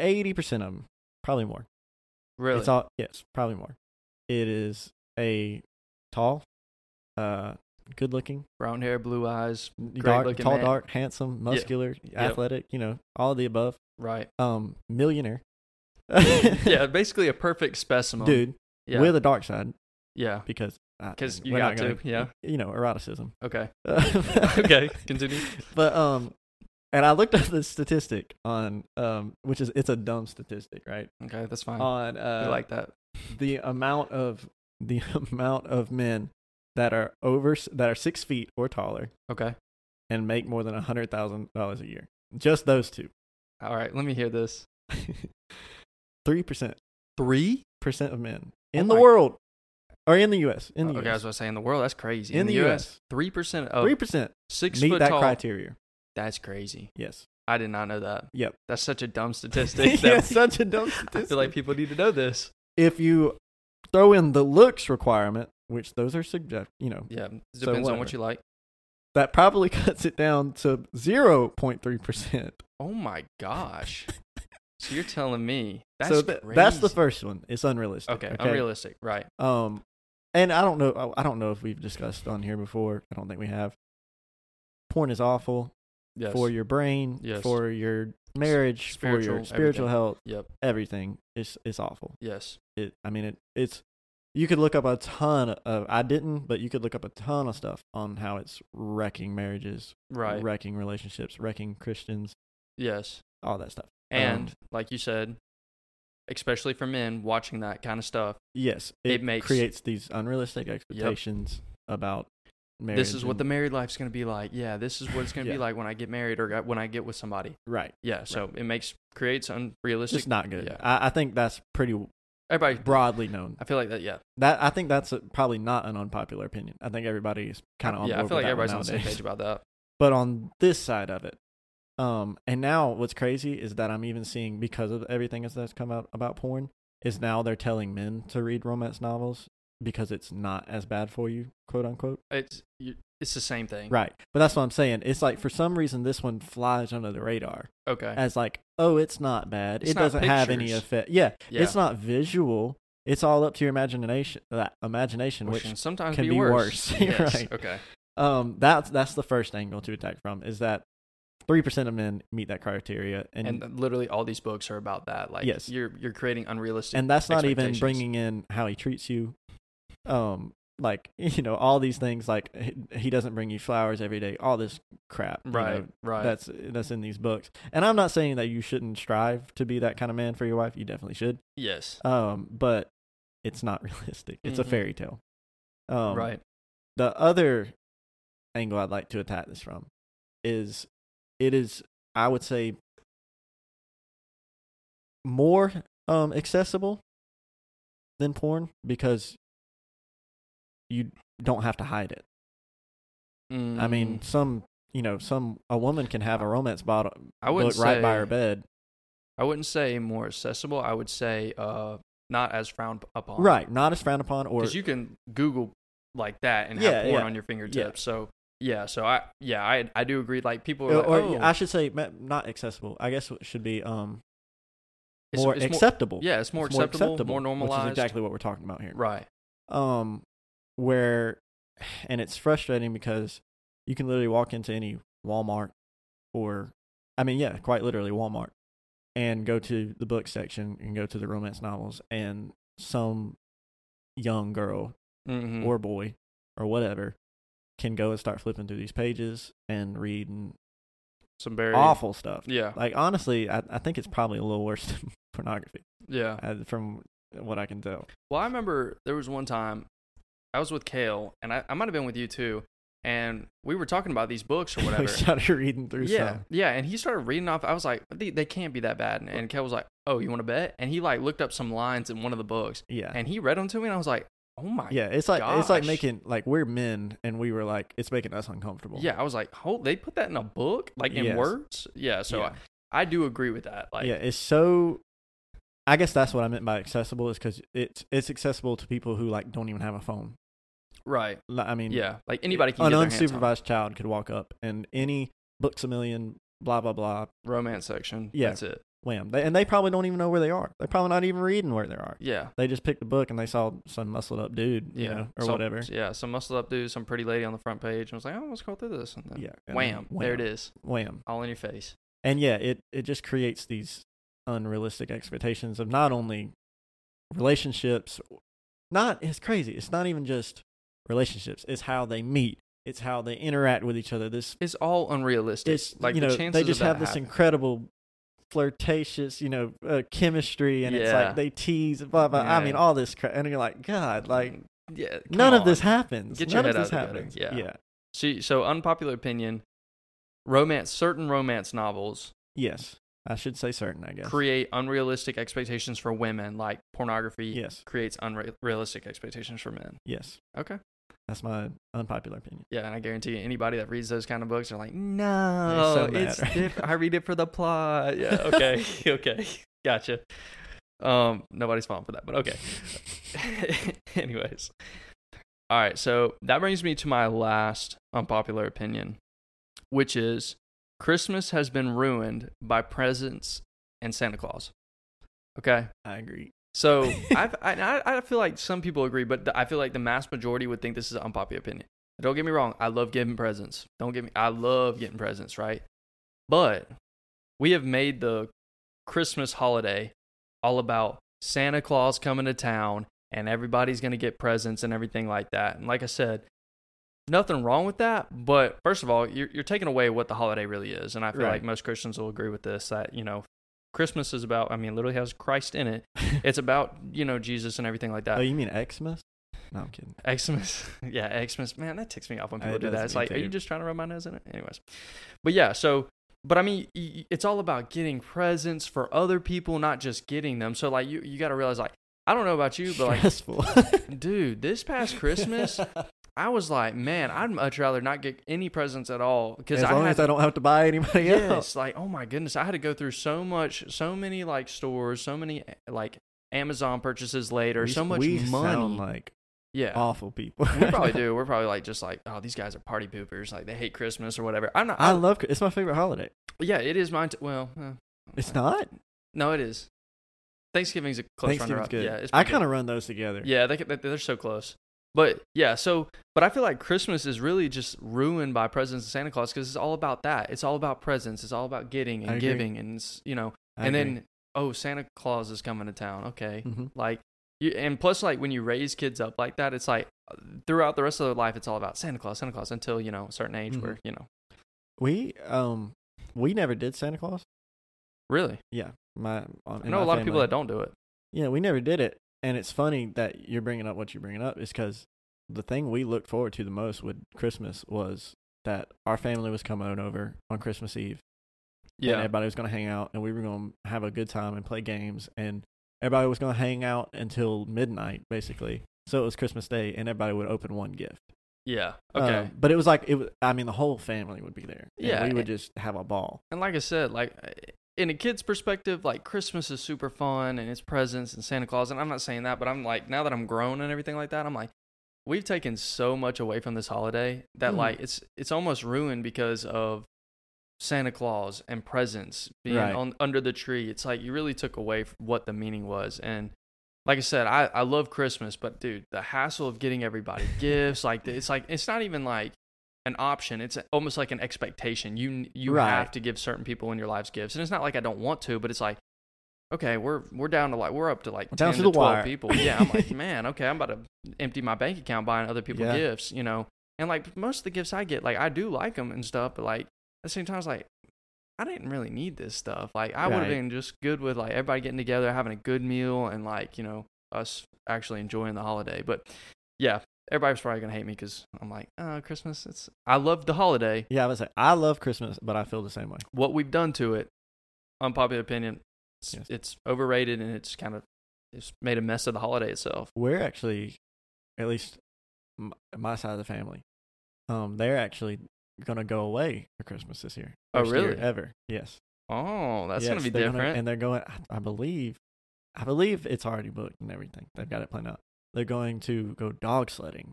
Speaker 2: eighty percent of them, probably more.
Speaker 1: really.
Speaker 2: It's all yes, probably more. It is a tall, uh, good-looking,
Speaker 1: Brown hair, blue eyes.
Speaker 2: dark,
Speaker 1: looking
Speaker 2: tall,
Speaker 1: man.
Speaker 2: dark, handsome, muscular, athletic. You know, all of the above.
Speaker 1: Right.
Speaker 2: Um, millionaire.
Speaker 1: yeah. Basically a perfect specimen.
Speaker 2: dude,
Speaker 1: Yeah.
Speaker 2: with a dark side
Speaker 1: yeah.
Speaker 2: because I-
Speaker 1: 'Cause
Speaker 2: I-
Speaker 1: you
Speaker 2: we're
Speaker 1: got
Speaker 2: not gonna-
Speaker 1: to, yeah.
Speaker 2: You know, eroticism.
Speaker 1: Okay.
Speaker 2: okay,
Speaker 1: Okay. Continue.
Speaker 2: But um, and I looked up this statistic on um, which is it's a dumb statistic, right?
Speaker 1: Okay. That's fine.
Speaker 2: On
Speaker 1: I
Speaker 2: uh,
Speaker 1: Hmm. like that.
Speaker 2: the amount of the amount of men that are over that are six feet or taller
Speaker 1: Okay.
Speaker 2: and make more than a hundred thousand dollars a year. Just those two,
Speaker 1: All right. Let me hear this.
Speaker 2: three percent
Speaker 1: Three.
Speaker 2: percent of men
Speaker 1: Oh
Speaker 2: in
Speaker 1: my-
Speaker 2: the world, or in the U.S. In the
Speaker 1: Okay. I was
Speaker 2: U.S.
Speaker 1: about to say in the world. That's crazy.
Speaker 2: in, the U.S.
Speaker 1: Three percent of
Speaker 2: Three percent
Speaker 1: six
Speaker 2: meet
Speaker 1: foot
Speaker 2: that
Speaker 1: tall.
Speaker 2: criteria.
Speaker 1: That's crazy.
Speaker 2: Yes.
Speaker 1: I did not know that.
Speaker 2: Yep.
Speaker 1: That's such a dumb statistic.
Speaker 2: yeah, such a dumb
Speaker 1: I
Speaker 2: statistic.
Speaker 1: feel like people need to know this.
Speaker 2: if you throw in the looks requirement, which those are subject, you know,
Speaker 1: Yeah. Depends
Speaker 2: So
Speaker 1: on what
Speaker 2: whatever.
Speaker 1: you like.
Speaker 2: that probably cuts it down to 0.3%.
Speaker 1: Oh my gosh. so you're telling me that's
Speaker 2: so tha- that's the
Speaker 1: crazy.
Speaker 2: first one. It's unrealistic.
Speaker 1: Okay, Unrealistic. Right.
Speaker 2: Um and I don't know I I don't know if we've discussed on here before. I don't think we have. Porn is awful
Speaker 1: Yes.
Speaker 2: for your brain,
Speaker 1: Yes.
Speaker 2: for your marriage, for
Speaker 1: spiritual,
Speaker 2: your spiritual
Speaker 1: everything.
Speaker 2: health,
Speaker 1: Yep.
Speaker 2: everything. It's it's awful.
Speaker 1: Yes.
Speaker 2: it i mean it it's you could look up a ton of i didn't but you could look up a ton of stuff on how it's wrecking marriages
Speaker 1: Right.
Speaker 2: wrecking relationships wrecking christians
Speaker 1: Yes.
Speaker 2: all that stuff
Speaker 1: And
Speaker 2: Um,
Speaker 1: like you said, especially for men watching that kind of stuff,
Speaker 2: yes
Speaker 1: It
Speaker 2: it,
Speaker 1: makes-
Speaker 2: creates these unrealistic expectations about marriage
Speaker 1: this is what the
Speaker 2: and-
Speaker 1: married life's going to be like. Yeah, this is what it's going to
Speaker 2: Yeah.
Speaker 1: be like when I get married or uh, when I get with somebody.
Speaker 2: right
Speaker 1: Yeah, so it makes creates
Speaker 2: it's
Speaker 1: unrealistic.
Speaker 2: just not good
Speaker 1: yeah.
Speaker 2: I, I think that's pretty
Speaker 1: Everybody,
Speaker 2: broadly known
Speaker 1: I feel like that. Yeah,
Speaker 2: that i think that's a, probably not an unpopular opinion i think everybody is kind of on
Speaker 1: yeah. I
Speaker 2: board
Speaker 1: feel
Speaker 2: with
Speaker 1: like
Speaker 2: that one
Speaker 1: everybody's on the same
Speaker 2: nowadays.
Speaker 1: page about that.
Speaker 2: but on this side of it um and now what's crazy is that i'm even seeing because of everything that's- that's come out about porn is now they're telling men to read romance novels because it's not as bad for you quote unquote
Speaker 1: It's you, it's the same thing.
Speaker 2: right but that's what i'm saying it's like for some reason this one flies under the radar
Speaker 1: Okay.
Speaker 2: as like oh it's not bad
Speaker 1: It's
Speaker 2: it
Speaker 1: not
Speaker 2: doesn't have any
Speaker 1: pictures.
Speaker 2: effect yeah,
Speaker 1: Yeah.
Speaker 2: it's not visual it's all up to your imagination that imagination
Speaker 1: which
Speaker 2: which
Speaker 1: can sometimes
Speaker 2: can
Speaker 1: be,
Speaker 2: be
Speaker 1: worse.
Speaker 2: worse,
Speaker 1: Yes,
Speaker 2: right.
Speaker 1: Okay.
Speaker 2: um that's that's the first angle to attack from is that 3% of men meet that criteria and,
Speaker 1: And, literally all these books are about that. Like
Speaker 2: Yes.
Speaker 1: you're you're creating unrealistic.
Speaker 2: and that's not even
Speaker 1: expectations.
Speaker 2: bringing in how he treats you um like you know all these things like he, he doesn't bring you flowers every day all this crap you know,
Speaker 1: right. right.
Speaker 2: that's that's in these books and i'm not saying that you shouldn't strive to be that kind of man for your wife you definitely should
Speaker 1: yes.
Speaker 2: um but it's not realistic it's
Speaker 1: Mhm.
Speaker 2: a fairy tale um
Speaker 1: right.
Speaker 2: the other angle I'd like to attack this from is it is I would say more um accessible than porn because you don't have to hide it. I mean,
Speaker 1: Mm,
Speaker 2: some you know, some a woman can have a romance bottle
Speaker 1: I wouldn't
Speaker 2: book right by
Speaker 1: say-
Speaker 2: her bed.
Speaker 1: I wouldn't say more accessible. I would say uh, not as frowned upon.
Speaker 2: Right, not as frowned upon or
Speaker 1: Because you can Google like that and
Speaker 2: Yeah,
Speaker 1: have porn
Speaker 2: yeah.
Speaker 1: on your fingertips. So yeah, so I yeah I I do agree. Like people are
Speaker 2: or,
Speaker 1: like, oh,
Speaker 2: or I should say ma- not accessible. I guess it should be um
Speaker 1: it's-
Speaker 2: more
Speaker 1: it's
Speaker 2: acceptable.
Speaker 1: yeah, it's more,
Speaker 2: It's
Speaker 1: acceptable, more normalized.
Speaker 2: Which is exactly what we're talking about here.
Speaker 1: Right.
Speaker 2: um where and it's frustrating because you can literally walk into any Walmart or I mean yeah, quite literally Walmart and go to the book section and go to the romance novels and some young girl
Speaker 1: Mhm.
Speaker 2: or boy or whatever can go and start flipping through these pages and reading
Speaker 1: Some very
Speaker 2: awful stuff.
Speaker 1: Yeah.
Speaker 2: Like honestly, I, I think it's probably a little worse than pornography
Speaker 1: Yeah.
Speaker 2: uh, from what I can tell.
Speaker 1: Well, I remember there was one time I was with Kale, and I, I might have been with you too, and we were talking about these books or
Speaker 2: we
Speaker 1: whatever.
Speaker 2: started reading through
Speaker 1: yeah,
Speaker 2: some.
Speaker 1: yeah. And he started reading off. I was like, they, they can't be that bad. And, and Kale was like, oh, you want to bet? And he like looked up some lines in one of the books,
Speaker 2: Yeah.
Speaker 1: and he read them to me, and I was like, oh my.
Speaker 2: yeah it's like it's like
Speaker 1: gosh.
Speaker 2: making like we're men and we were like it's making us uncomfortable
Speaker 1: Yeah, I was like, oh, they put that in a book, like in
Speaker 2: Yes.
Speaker 1: words. Yeah. So
Speaker 2: yeah.
Speaker 1: I, I do agree with that. Like,
Speaker 2: yeah it's so i guess that's what i meant by accessible is because it's it's accessible to people who like don't even have a phone
Speaker 1: right.
Speaker 2: Li- i mean
Speaker 1: Yeah. Like anybody can
Speaker 2: an
Speaker 1: get their hands on
Speaker 2: unsupervised child could walk up and any books a million blah blah blah
Speaker 1: romance section.
Speaker 2: Yeah.
Speaker 1: That's it.
Speaker 2: wham they, and they probably don't even know where they are they're probably not even reading where they are
Speaker 1: Yeah.
Speaker 2: they just picked a book and they saw some muscled up dude
Speaker 1: Yeah.
Speaker 2: you know or
Speaker 1: Some-
Speaker 2: whatever
Speaker 1: Yeah. Some muscle up dude, some pretty lady on the front page. And I was like, oh, let's go through this. And then
Speaker 2: yeah and
Speaker 1: wham,
Speaker 2: then
Speaker 1: There it is.
Speaker 2: wham
Speaker 1: All in your face.
Speaker 2: and yeah it it just creates these unrealistic expectations of not only relationships not it's crazy it's not even just relationships it's how they meet it's how they interact with each other this
Speaker 1: It's all unrealistic.
Speaker 2: it's
Speaker 1: like
Speaker 2: you know
Speaker 1: the chances
Speaker 2: they just
Speaker 1: of that
Speaker 2: have this
Speaker 1: happening-
Speaker 2: incredible flirtatious you know uh, chemistry and it's
Speaker 1: Yeah.
Speaker 2: like they tease blah blah i
Speaker 1: Man.
Speaker 2: mean all this crap and you're like god like
Speaker 1: yeah, come
Speaker 2: none of
Speaker 1: on.
Speaker 2: this happens
Speaker 1: Get your
Speaker 2: none of
Speaker 1: head
Speaker 2: this
Speaker 1: out of the gutter.
Speaker 2: happens
Speaker 1: Yeah.
Speaker 2: yeah
Speaker 1: So, so unpopular opinion. Romance, certain romance novels
Speaker 2: yes i should say certain i guess
Speaker 1: create unrealistic expectations for women, like pornography
Speaker 2: yes
Speaker 1: creates unrealistic expectations for men.
Speaker 2: yes
Speaker 1: Okay.
Speaker 2: that's my unpopular opinion
Speaker 1: Yeah, and I guarantee you, anybody that reads those kind of books are like, no,
Speaker 2: so mad,
Speaker 1: it's
Speaker 2: right?"
Speaker 1: diff- I read it for the plot. Yeah. Okay. okay. Gotcha. Um, nobody's falling for that, but okay. Anyways. All right. So that brings me to my last unpopular opinion, which is Christmas has been ruined by presents and Santa Claus. Okay.
Speaker 2: i agree
Speaker 1: So I've, I- I I feel like some people agree, but the, I feel like the mass majority would think this is an unpopular opinion. Don't get me wrong, I love giving presents. Don't get me, I love getting presents, right? But we have made the Christmas holiday all about Santa Claus coming to town and everybody's gonna get presents and everything like that. And like I said, nothing wrong with that. But first of all, you're, you're taking away what the holiday really is, and I feel
Speaker 2: Right.
Speaker 1: like most Christians will agree with this that you know. Christmas is about, I mean, literally has Christ in it it's about you know Jesus and everything like
Speaker 2: oh,
Speaker 1: that.
Speaker 2: you mean Xmas? No, I'm kidding.
Speaker 1: Xmas, yeah, Xmas. Man, that ticks me off when
Speaker 2: It
Speaker 1: people do
Speaker 2: does
Speaker 1: that. It's
Speaker 2: me
Speaker 1: like, are
Speaker 2: too.
Speaker 1: you just trying to rub my nose in it? Anyways, but yeah. So, but I mean, y- y- it's all about getting presents for other people, not just getting them. So like, you you got to realize like, I don't know about you, but like,
Speaker 2: Stressful.
Speaker 1: dude, this past Christmas, I was like, man, I'd much rather not get any presents at all because
Speaker 2: as
Speaker 1: I
Speaker 2: long
Speaker 1: had
Speaker 2: as I don't have to buy anybody else.
Speaker 1: yes like oh my goodness i had to go through so much so many like stores so many eh, like amazon purchases later
Speaker 2: We-
Speaker 1: so much
Speaker 2: we
Speaker 1: money
Speaker 2: sound like
Speaker 1: yeah
Speaker 2: awful people.
Speaker 1: we probably do we're probably like just like oh these guys are party poopers like they hate christmas or whatever i'm not
Speaker 2: I
Speaker 1: I,
Speaker 2: love. It's my favorite holiday.
Speaker 1: yeah it is mine t- well uh,
Speaker 2: It's not.
Speaker 1: no it is thanksgiving's a close
Speaker 2: Thanksgiving's
Speaker 1: runner-up
Speaker 2: good.
Speaker 1: yeah it's
Speaker 2: I
Speaker 1: pretty good.
Speaker 2: kind of run those together.
Speaker 1: Yeah, they, they, they're so close. But yeah, so but I feel like Christmas is really just ruined by presents and Santa Claus because it's all about that. It's all about presents. It's all about getting
Speaker 2: I
Speaker 1: and
Speaker 2: agree.
Speaker 1: giving and s- you know.
Speaker 2: I
Speaker 1: and
Speaker 2: agree.
Speaker 1: then oh, Santa Claus is coming to town. Okay,
Speaker 2: Mhm.
Speaker 1: like you and plus like when you raise kids up like that, it's like uh, throughout the rest of their life, it's all about Santa Claus, Santa Claus until you know a certain age
Speaker 2: Mhm.
Speaker 1: where you know
Speaker 2: we um we never did Santa Claus.
Speaker 1: really.
Speaker 2: Yeah, my on,
Speaker 1: I know a lot of people that don't do it.
Speaker 2: Yeah, we never did it, and it's funny that you're bringing up what you're bringing up is because the thing we looked forward to the most with Christmas was that our family was coming over on Christmas Eve. and
Speaker 1: Yeah,
Speaker 2: everybody was going to hang out and we were going to have a good time and play games and everybody was going to hang out until midnight basically so it was christmas day and everybody would open one gift
Speaker 1: yeah, okay.
Speaker 2: Um, but it was like it was i mean the whole family would be there and
Speaker 1: Yeah,
Speaker 2: we would just have a ball
Speaker 1: And like I said, like eh, in a kid's perspective, like Christmas is super fun and it's presents and Santa Claus. And I'm not saying that, but I'm like now that I'm grown and everything like that, I'm like, we've taken so much away from this holiday that
Speaker 2: Mhm.
Speaker 1: like it's it's almost ruined because of Santa Claus and presents being
Speaker 2: Right.
Speaker 1: on under the tree. It's like you really took away f- what the meaning was and like I said, I, I love Christmas, but dude, the hassle of getting everybody gifts, like it's like it's not even like an option. It's almost like an expectation. You you
Speaker 2: Right.
Speaker 1: have to give certain people in your lives gifts, and it's not like I don't want to, but it's like okay, we're we're down to like we're up to like
Speaker 2: We're down
Speaker 1: ten
Speaker 2: to
Speaker 1: to
Speaker 2: the
Speaker 1: twelve
Speaker 2: wire.
Speaker 1: people. Yeah, I'm like man, okay, I'm about to empty my bank account buying other people
Speaker 2: Yeah.
Speaker 1: gifts, you know. And like most of the gifts I get, like I do like them and stuff, but like at the same time, it's like I didn't really need this stuff. Like I would have
Speaker 2: Right.
Speaker 1: been just good with like everybody getting together, having a good meal, and like you know us actually enjoying the holiday. But yeah, everybody's probably gonna hate me because I'm like, uh, Christmas. It's I love the holiday.
Speaker 2: Yeah, I would say I love Christmas, but I feel the same way.
Speaker 1: What we've done to it, unpopular opinion, it's,
Speaker 2: Yes.
Speaker 1: it's overrated and it's kind of it's made a mess of the holiday itself.
Speaker 2: We're actually, at least m- my side of the family, um, they're actually gonna go away for Christmas this year.
Speaker 1: Oh,
Speaker 2: First year
Speaker 1: really?
Speaker 2: ever? Yes.
Speaker 1: Oh, that's gonna
Speaker 2: Yes,
Speaker 1: be
Speaker 2: they're
Speaker 1: different.
Speaker 2: and they're going. I, I believe, I believe it's already booked and everything. They've got it planned out. They're going to go dog sledding,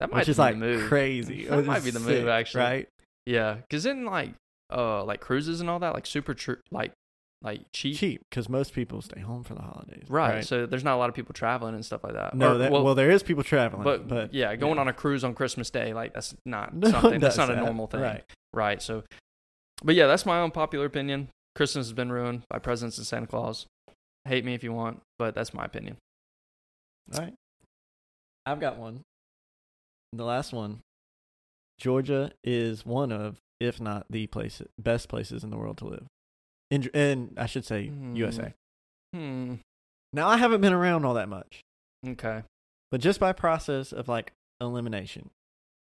Speaker 1: that might
Speaker 2: which
Speaker 1: be
Speaker 2: is like
Speaker 1: the move.
Speaker 2: crazy.
Speaker 1: That
Speaker 2: Which
Speaker 1: might
Speaker 2: is
Speaker 1: be the move,
Speaker 2: sick,
Speaker 1: actually.
Speaker 2: Right?
Speaker 1: Yeah, because then like uh like cruises and all that like super tr- like like cheap.
Speaker 2: Cheap, because most people stay home for the holidays.
Speaker 1: Right. So there's not a lot of people traveling and stuff like that.
Speaker 2: no,
Speaker 1: Or-
Speaker 2: that, well, there is people traveling,
Speaker 1: but,
Speaker 2: but,
Speaker 1: yeah, going
Speaker 2: yeah.
Speaker 1: on a cruise on Christmas Day, like that's not
Speaker 2: No one
Speaker 1: something. That's
Speaker 2: does
Speaker 1: not a
Speaker 2: that,
Speaker 1: normal thing,
Speaker 2: Right.
Speaker 1: Right, So, but yeah, that's my unpopular opinion. Christmas has been ruined by presents and Santa Claus. Hate me if you want, but that's my opinion.
Speaker 2: All right. I've got one. The last one. Georgia is one of, if not the place, best places in the world to live. In, and I should say
Speaker 1: Hmm.
Speaker 2: USA.
Speaker 1: Hmm.
Speaker 2: Now, I haven't been around all that much,
Speaker 1: Okay.
Speaker 2: but just by process of like elimination,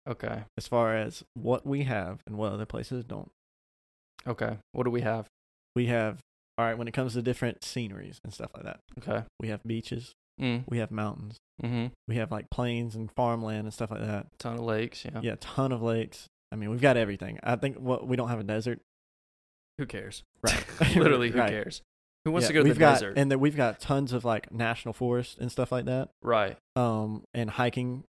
Speaker 1: Okay.
Speaker 2: as far as what we have and what other places don't,
Speaker 1: Okay. What do we have?
Speaker 2: we have, all right, when it comes to different sceneries and stuff like that,
Speaker 1: Okay.
Speaker 2: we have beaches,
Speaker 1: Mm.
Speaker 2: we have mountains,
Speaker 1: Hmm.
Speaker 2: we have like plains and farmland and stuff like that.
Speaker 1: Ton of lakes. Yeah.
Speaker 2: Yeah, a ton of lakes. I mean, we've got everything. I think what we don't have a desert.
Speaker 1: Who cares?
Speaker 2: Right.
Speaker 1: Literally, who
Speaker 2: Right.
Speaker 1: cares? Who wants
Speaker 2: Yeah,
Speaker 1: to go to
Speaker 2: we've
Speaker 1: the
Speaker 2: got,
Speaker 1: desert?
Speaker 2: And that we've got tons of like national forests and stuff like that.
Speaker 1: right.
Speaker 2: Um, and hiking,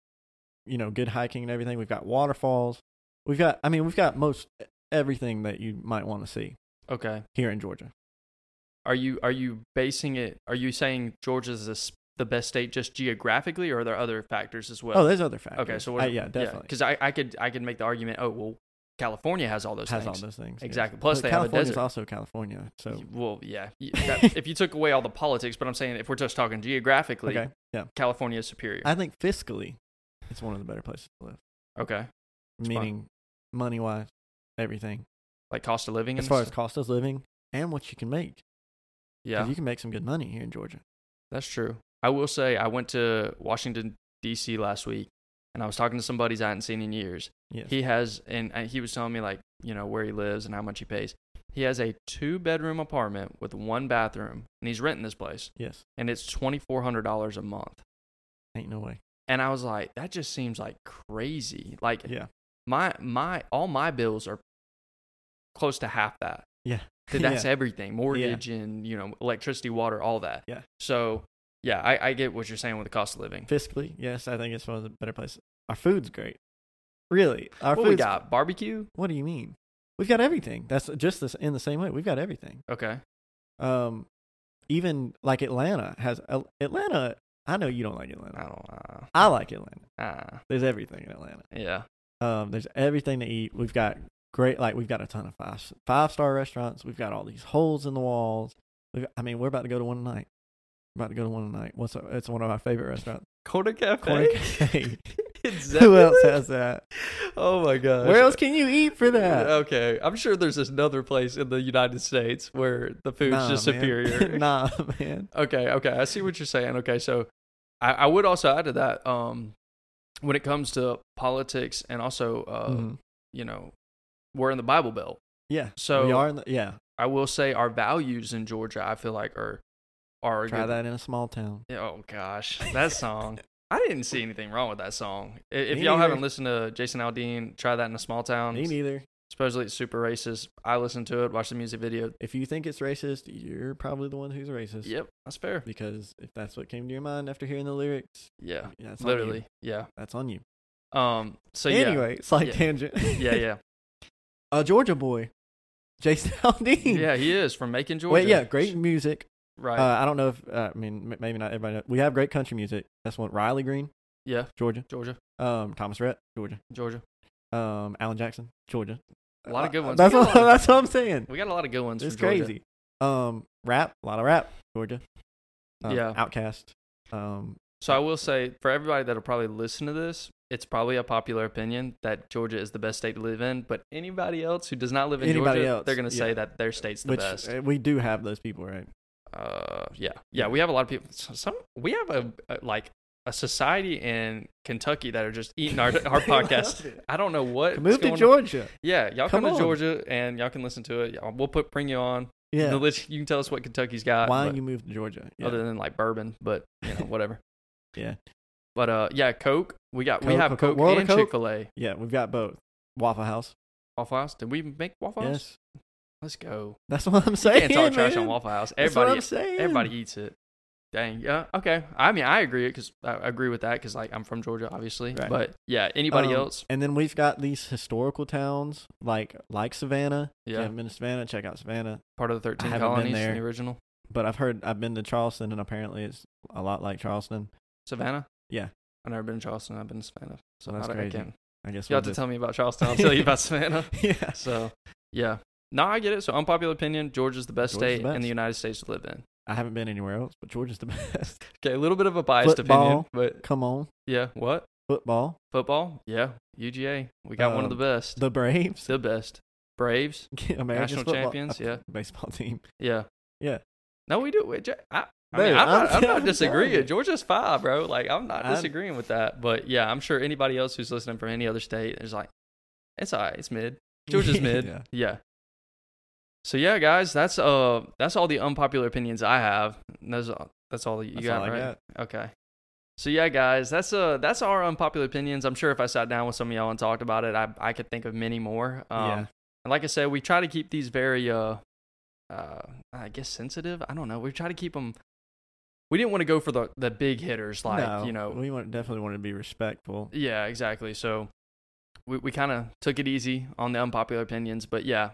Speaker 2: you know, good hiking and everything. We've got waterfalls. We've got, I mean, we've got most e, everything that you might want to see
Speaker 1: Okay.
Speaker 2: here in Georgia.
Speaker 1: Are you are you basing it? Are you saying Georgia's the, s- the best state just geographically, or are there other factors as well?
Speaker 2: oh, there's other factors.
Speaker 1: okay. So
Speaker 2: Uh,
Speaker 1: what,
Speaker 2: yeah, definitely
Speaker 1: Because I, I could I could make the argument. Oh well, California has all those
Speaker 2: has
Speaker 1: things.
Speaker 2: all those things. yes.
Speaker 1: Exactly. Plus,
Speaker 2: But
Speaker 1: they have a
Speaker 2: California's
Speaker 1: desert.
Speaker 2: also California. So
Speaker 1: Well, yeah. y- that- if you took away all the politics, but I'm saying if we're just talking geographically,
Speaker 2: okay, yeah.
Speaker 1: California is superior.
Speaker 2: I think fiscally, it's one of the better places to live.
Speaker 1: okay. fine.
Speaker 2: meaning money wise, everything.
Speaker 1: Like cost of living.
Speaker 2: As
Speaker 1: and
Speaker 2: far as
Speaker 1: stuff?
Speaker 2: cost of living and what you can make. 'Cause
Speaker 1: yeah,
Speaker 2: You can make some good money here in Georgia.
Speaker 1: that's true. I will say I went to Washington D.C. last week, and I was talking to some buddies I hadn't seen in years.
Speaker 2: Yes.
Speaker 1: He has, and and he was telling me like you know where he lives and how much he pays. He has a two bedroom apartment with one bathroom, and he's renting this place,
Speaker 2: yes.
Speaker 1: and it's twenty four hundred dollars a month.
Speaker 2: Ain't no way.
Speaker 1: and I was like, that just seems like crazy. Like
Speaker 2: Yeah.
Speaker 1: my my all my bills are close to half that.
Speaker 2: Yeah.
Speaker 1: Dude, that's
Speaker 2: yeah.
Speaker 1: everything, mortgage and you know electricity, water, all that.
Speaker 2: Yeah.
Speaker 1: So yeah, I, I get what you're saying with the cost of living.
Speaker 2: Fiscally, yes, I think it's one of the better places. Our food's great. Really. Our
Speaker 1: what
Speaker 2: food's
Speaker 1: we got? Barbecue.
Speaker 2: What do you mean? We've got everything. That's just this in the same way. We've got everything.
Speaker 1: Okay.
Speaker 2: Um even like Atlanta has Al- Atlanta I know you don't like
Speaker 1: I
Speaker 2: Atlanta.
Speaker 1: don't. Uh,
Speaker 2: I like Atlanta.
Speaker 1: uh,
Speaker 2: There's everything in Atlanta.
Speaker 1: yeah.
Speaker 2: Um, there's everything to eat. We've got great, like we've got a ton of five five star restaurants. We've got all these holes in the walls. We've, I mean, we're about to go to one tonight. We're about to go to one tonight. What's our, it's one of our favorite restaurants.
Speaker 1: Corner cafe.
Speaker 2: Corner Cafe.
Speaker 1: exactly.
Speaker 2: Who else has that?
Speaker 1: Oh my gosh.
Speaker 2: Where else can you eat for that?
Speaker 1: Okay, I'm sure there's another place in the United States where the food's
Speaker 2: Nah,
Speaker 1: just
Speaker 2: man.
Speaker 1: superior.
Speaker 2: nah, man.
Speaker 1: Okay, okay, I see what you're saying. Okay, so I, I would also add to that, um, when it comes to politics and also, uh,
Speaker 2: Mhm.
Speaker 1: you know, we're in the Bible Belt.
Speaker 2: Yeah.
Speaker 1: So
Speaker 2: we are. In the, yeah.
Speaker 1: I will say our values in Georgia, I feel like are are a
Speaker 2: Try
Speaker 1: good-
Speaker 2: that in a small town.
Speaker 1: Yeah, Oh gosh, that song. I didn't see anything wrong with that song. I- If
Speaker 2: Me
Speaker 1: y'all
Speaker 2: neither.
Speaker 1: haven't listened to Jason Aldean, try that in a small town.
Speaker 2: Me neither.
Speaker 1: Supposedly it's super racist. I listened to it, watched the music video.
Speaker 2: If you think it's racist, you're probably the one who's racist.
Speaker 1: Yep, that's fair.
Speaker 2: Because if that's what came to your mind after hearing the lyrics,
Speaker 1: Yeah,
Speaker 2: that's on you.
Speaker 1: Uh, literally. Yeah.
Speaker 2: That's on you.
Speaker 1: Um. So
Speaker 2: anyway, slight
Speaker 1: Yeah.
Speaker 2: tangent.
Speaker 1: yeah, yeah, yeah,
Speaker 2: a Georgia boy, Jay Saldine.
Speaker 1: yeah. He is from Macon, Georgia.
Speaker 2: Wait, yeah, great music.
Speaker 1: Right.
Speaker 2: Uh, I don't know if uh, I mean m- maybe not everybody. Knows. We have great country music. That's one. Riley Green,
Speaker 1: yeah,
Speaker 2: Georgia.
Speaker 1: Georgia,
Speaker 2: Um, Thomas Rhett, Georgia.
Speaker 1: Georgia.
Speaker 2: Um, Alan Jackson, Georgia.
Speaker 1: A lot of good ones.
Speaker 2: That's
Speaker 1: Good
Speaker 2: what,
Speaker 1: ones.
Speaker 2: that's what I'm saying.
Speaker 1: We got a lot of good ones.
Speaker 2: It's
Speaker 1: from Georgia.
Speaker 2: crazy. Um, rap, a lot of rap, Georgia. Um,
Speaker 1: Yeah.
Speaker 2: Outcast. Um,
Speaker 1: So I will say for everybody that'll probably listen to this, it's probably a popular opinion that Georgia is the best state to live in. But anybody else who does not live in
Speaker 2: Anybody
Speaker 1: Georgia,
Speaker 2: else,
Speaker 1: they're going to say
Speaker 2: yeah.
Speaker 1: that their state's the
Speaker 2: which
Speaker 1: best.
Speaker 2: uh, we do have those people, right?
Speaker 1: uh yeah yeah we have a lot of people s- some we have a, a like a society in kentucky that are just eating our, our
Speaker 2: They love
Speaker 1: podcast
Speaker 2: it.
Speaker 1: i don't know what
Speaker 2: Move to Georgia.
Speaker 1: yeah y'all come, to
Speaker 2: Come on.
Speaker 1: georgia and y'all can listen to it Y'all- we'll put bring you on
Speaker 2: Yeah.
Speaker 1: You'll let- you can tell us what kentucky's got
Speaker 2: Why
Speaker 1: uh, but-
Speaker 2: you moved to Georgia? Yeah.
Speaker 1: other than like bourbon but you know whatever
Speaker 2: Yeah.
Speaker 1: but uh yeah coke we got we
Speaker 2: Coke,
Speaker 1: have
Speaker 2: Coke, Coke.
Speaker 1: coke,
Speaker 2: World of
Speaker 1: and
Speaker 2: Coke.
Speaker 1: chick-fil-a
Speaker 2: yeah, we've got both. Waffle House.
Speaker 1: waffle house did we make waffle house
Speaker 2: Yes.
Speaker 1: let's go
Speaker 2: That's what I'm
Speaker 1: you
Speaker 2: saying.
Speaker 1: can't talk trash
Speaker 2: man.
Speaker 1: on waffle house
Speaker 2: That's what
Speaker 1: everybody e,
Speaker 2: I'm saying.
Speaker 1: Everybody eats it. Dang. Yeah. Okay. I mean, I agree because I I agree with that because like I'm from Georgia, obviously.
Speaker 2: Right.
Speaker 1: But yeah, anybody
Speaker 2: Um,
Speaker 1: else?
Speaker 2: And then we've got these historical towns like like Savannah. If you
Speaker 1: Yeah.
Speaker 2: haven't been to Savannah, check out Savannah.
Speaker 1: Part of the 13
Speaker 2: haven't been
Speaker 1: colonies in
Speaker 2: there.
Speaker 1: the original
Speaker 2: But I've heard I've been to Charleston and apparently it's a lot like Charleston.
Speaker 1: Savannah.
Speaker 2: Yeah.
Speaker 1: I've never been to Charleston. I've been to Savannah. So
Speaker 2: That's
Speaker 1: I, don't- I
Speaker 2: crazy.
Speaker 1: can't.
Speaker 2: I guess
Speaker 1: You
Speaker 2: we'll
Speaker 1: have to
Speaker 2: just-
Speaker 1: tell me about Charleston. I'll tell you about Savannah.
Speaker 2: yeah.
Speaker 1: So yeah. No, I get it. So unpopular opinion: Georgia's the best
Speaker 2: Georgia's
Speaker 1: state
Speaker 2: the
Speaker 1: in
Speaker 2: best.
Speaker 1: the United States to live in.
Speaker 2: I haven't been anywhere else, but Georgia's the best.
Speaker 1: Okay, a little bit of a biased opinion,
Speaker 2: Football.
Speaker 1: but
Speaker 2: Come on,
Speaker 1: yeah. What
Speaker 2: football.
Speaker 1: football? Yeah, UGA. We got one of the
Speaker 2: Um,
Speaker 1: best.
Speaker 2: The Braves,
Speaker 1: the best. Braves.
Speaker 2: American
Speaker 1: National
Speaker 2: football- uh,
Speaker 1: champions, yeah.
Speaker 2: baseball team.
Speaker 1: Yeah.
Speaker 2: Yeah.
Speaker 1: No, we do. We, ju- I, I
Speaker 2: Dude,
Speaker 1: mean, I'm, not,
Speaker 2: I'm
Speaker 1: I'm not
Speaker 2: telling you.
Speaker 1: disagreeing. Georgia's five, bro. Like, I'm not
Speaker 2: I'm-
Speaker 1: disagreeing with that. But yeah, I'm sure anybody else who's listening from any other state is like, it's all right. It's mid. Georgia's mid.
Speaker 2: Yeah.
Speaker 1: Yeah. So yeah, guys, that's uh, that's all the unpopular opinions I have. And those, are- that's all that you
Speaker 2: That's
Speaker 1: got,
Speaker 2: all I
Speaker 1: right?
Speaker 2: got.
Speaker 1: Okay. So yeah, guys, that's uh, that's our unpopular opinions. I'm sure if I sat down with some of y'all and talked about it, I I could think of many more. Um,
Speaker 2: yeah.
Speaker 1: and like I said, we try to keep these very, uh, uh, I guess sensitive. I don't know. We try to keep them. We didn't want to go for the the big hitters, like
Speaker 2: No,
Speaker 1: you know.
Speaker 2: we want, definitely want to be respectful.
Speaker 1: yeah, exactly. So we we kind of took it easy on the unpopular opinions, but yeah.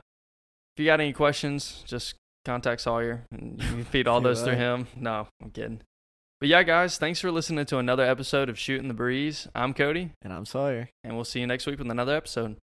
Speaker 1: If you got any questions, just contact Sawyer and you can feed all
Speaker 2: Yeah,
Speaker 1: those through
Speaker 2: right.
Speaker 1: him. No, I'm kidding. But yeah, guys, thanks for listening to another episode of Shooting the Breeze. I'm Cody,
Speaker 2: And I'm Sawyer.
Speaker 1: and we'll see you next week with another episode.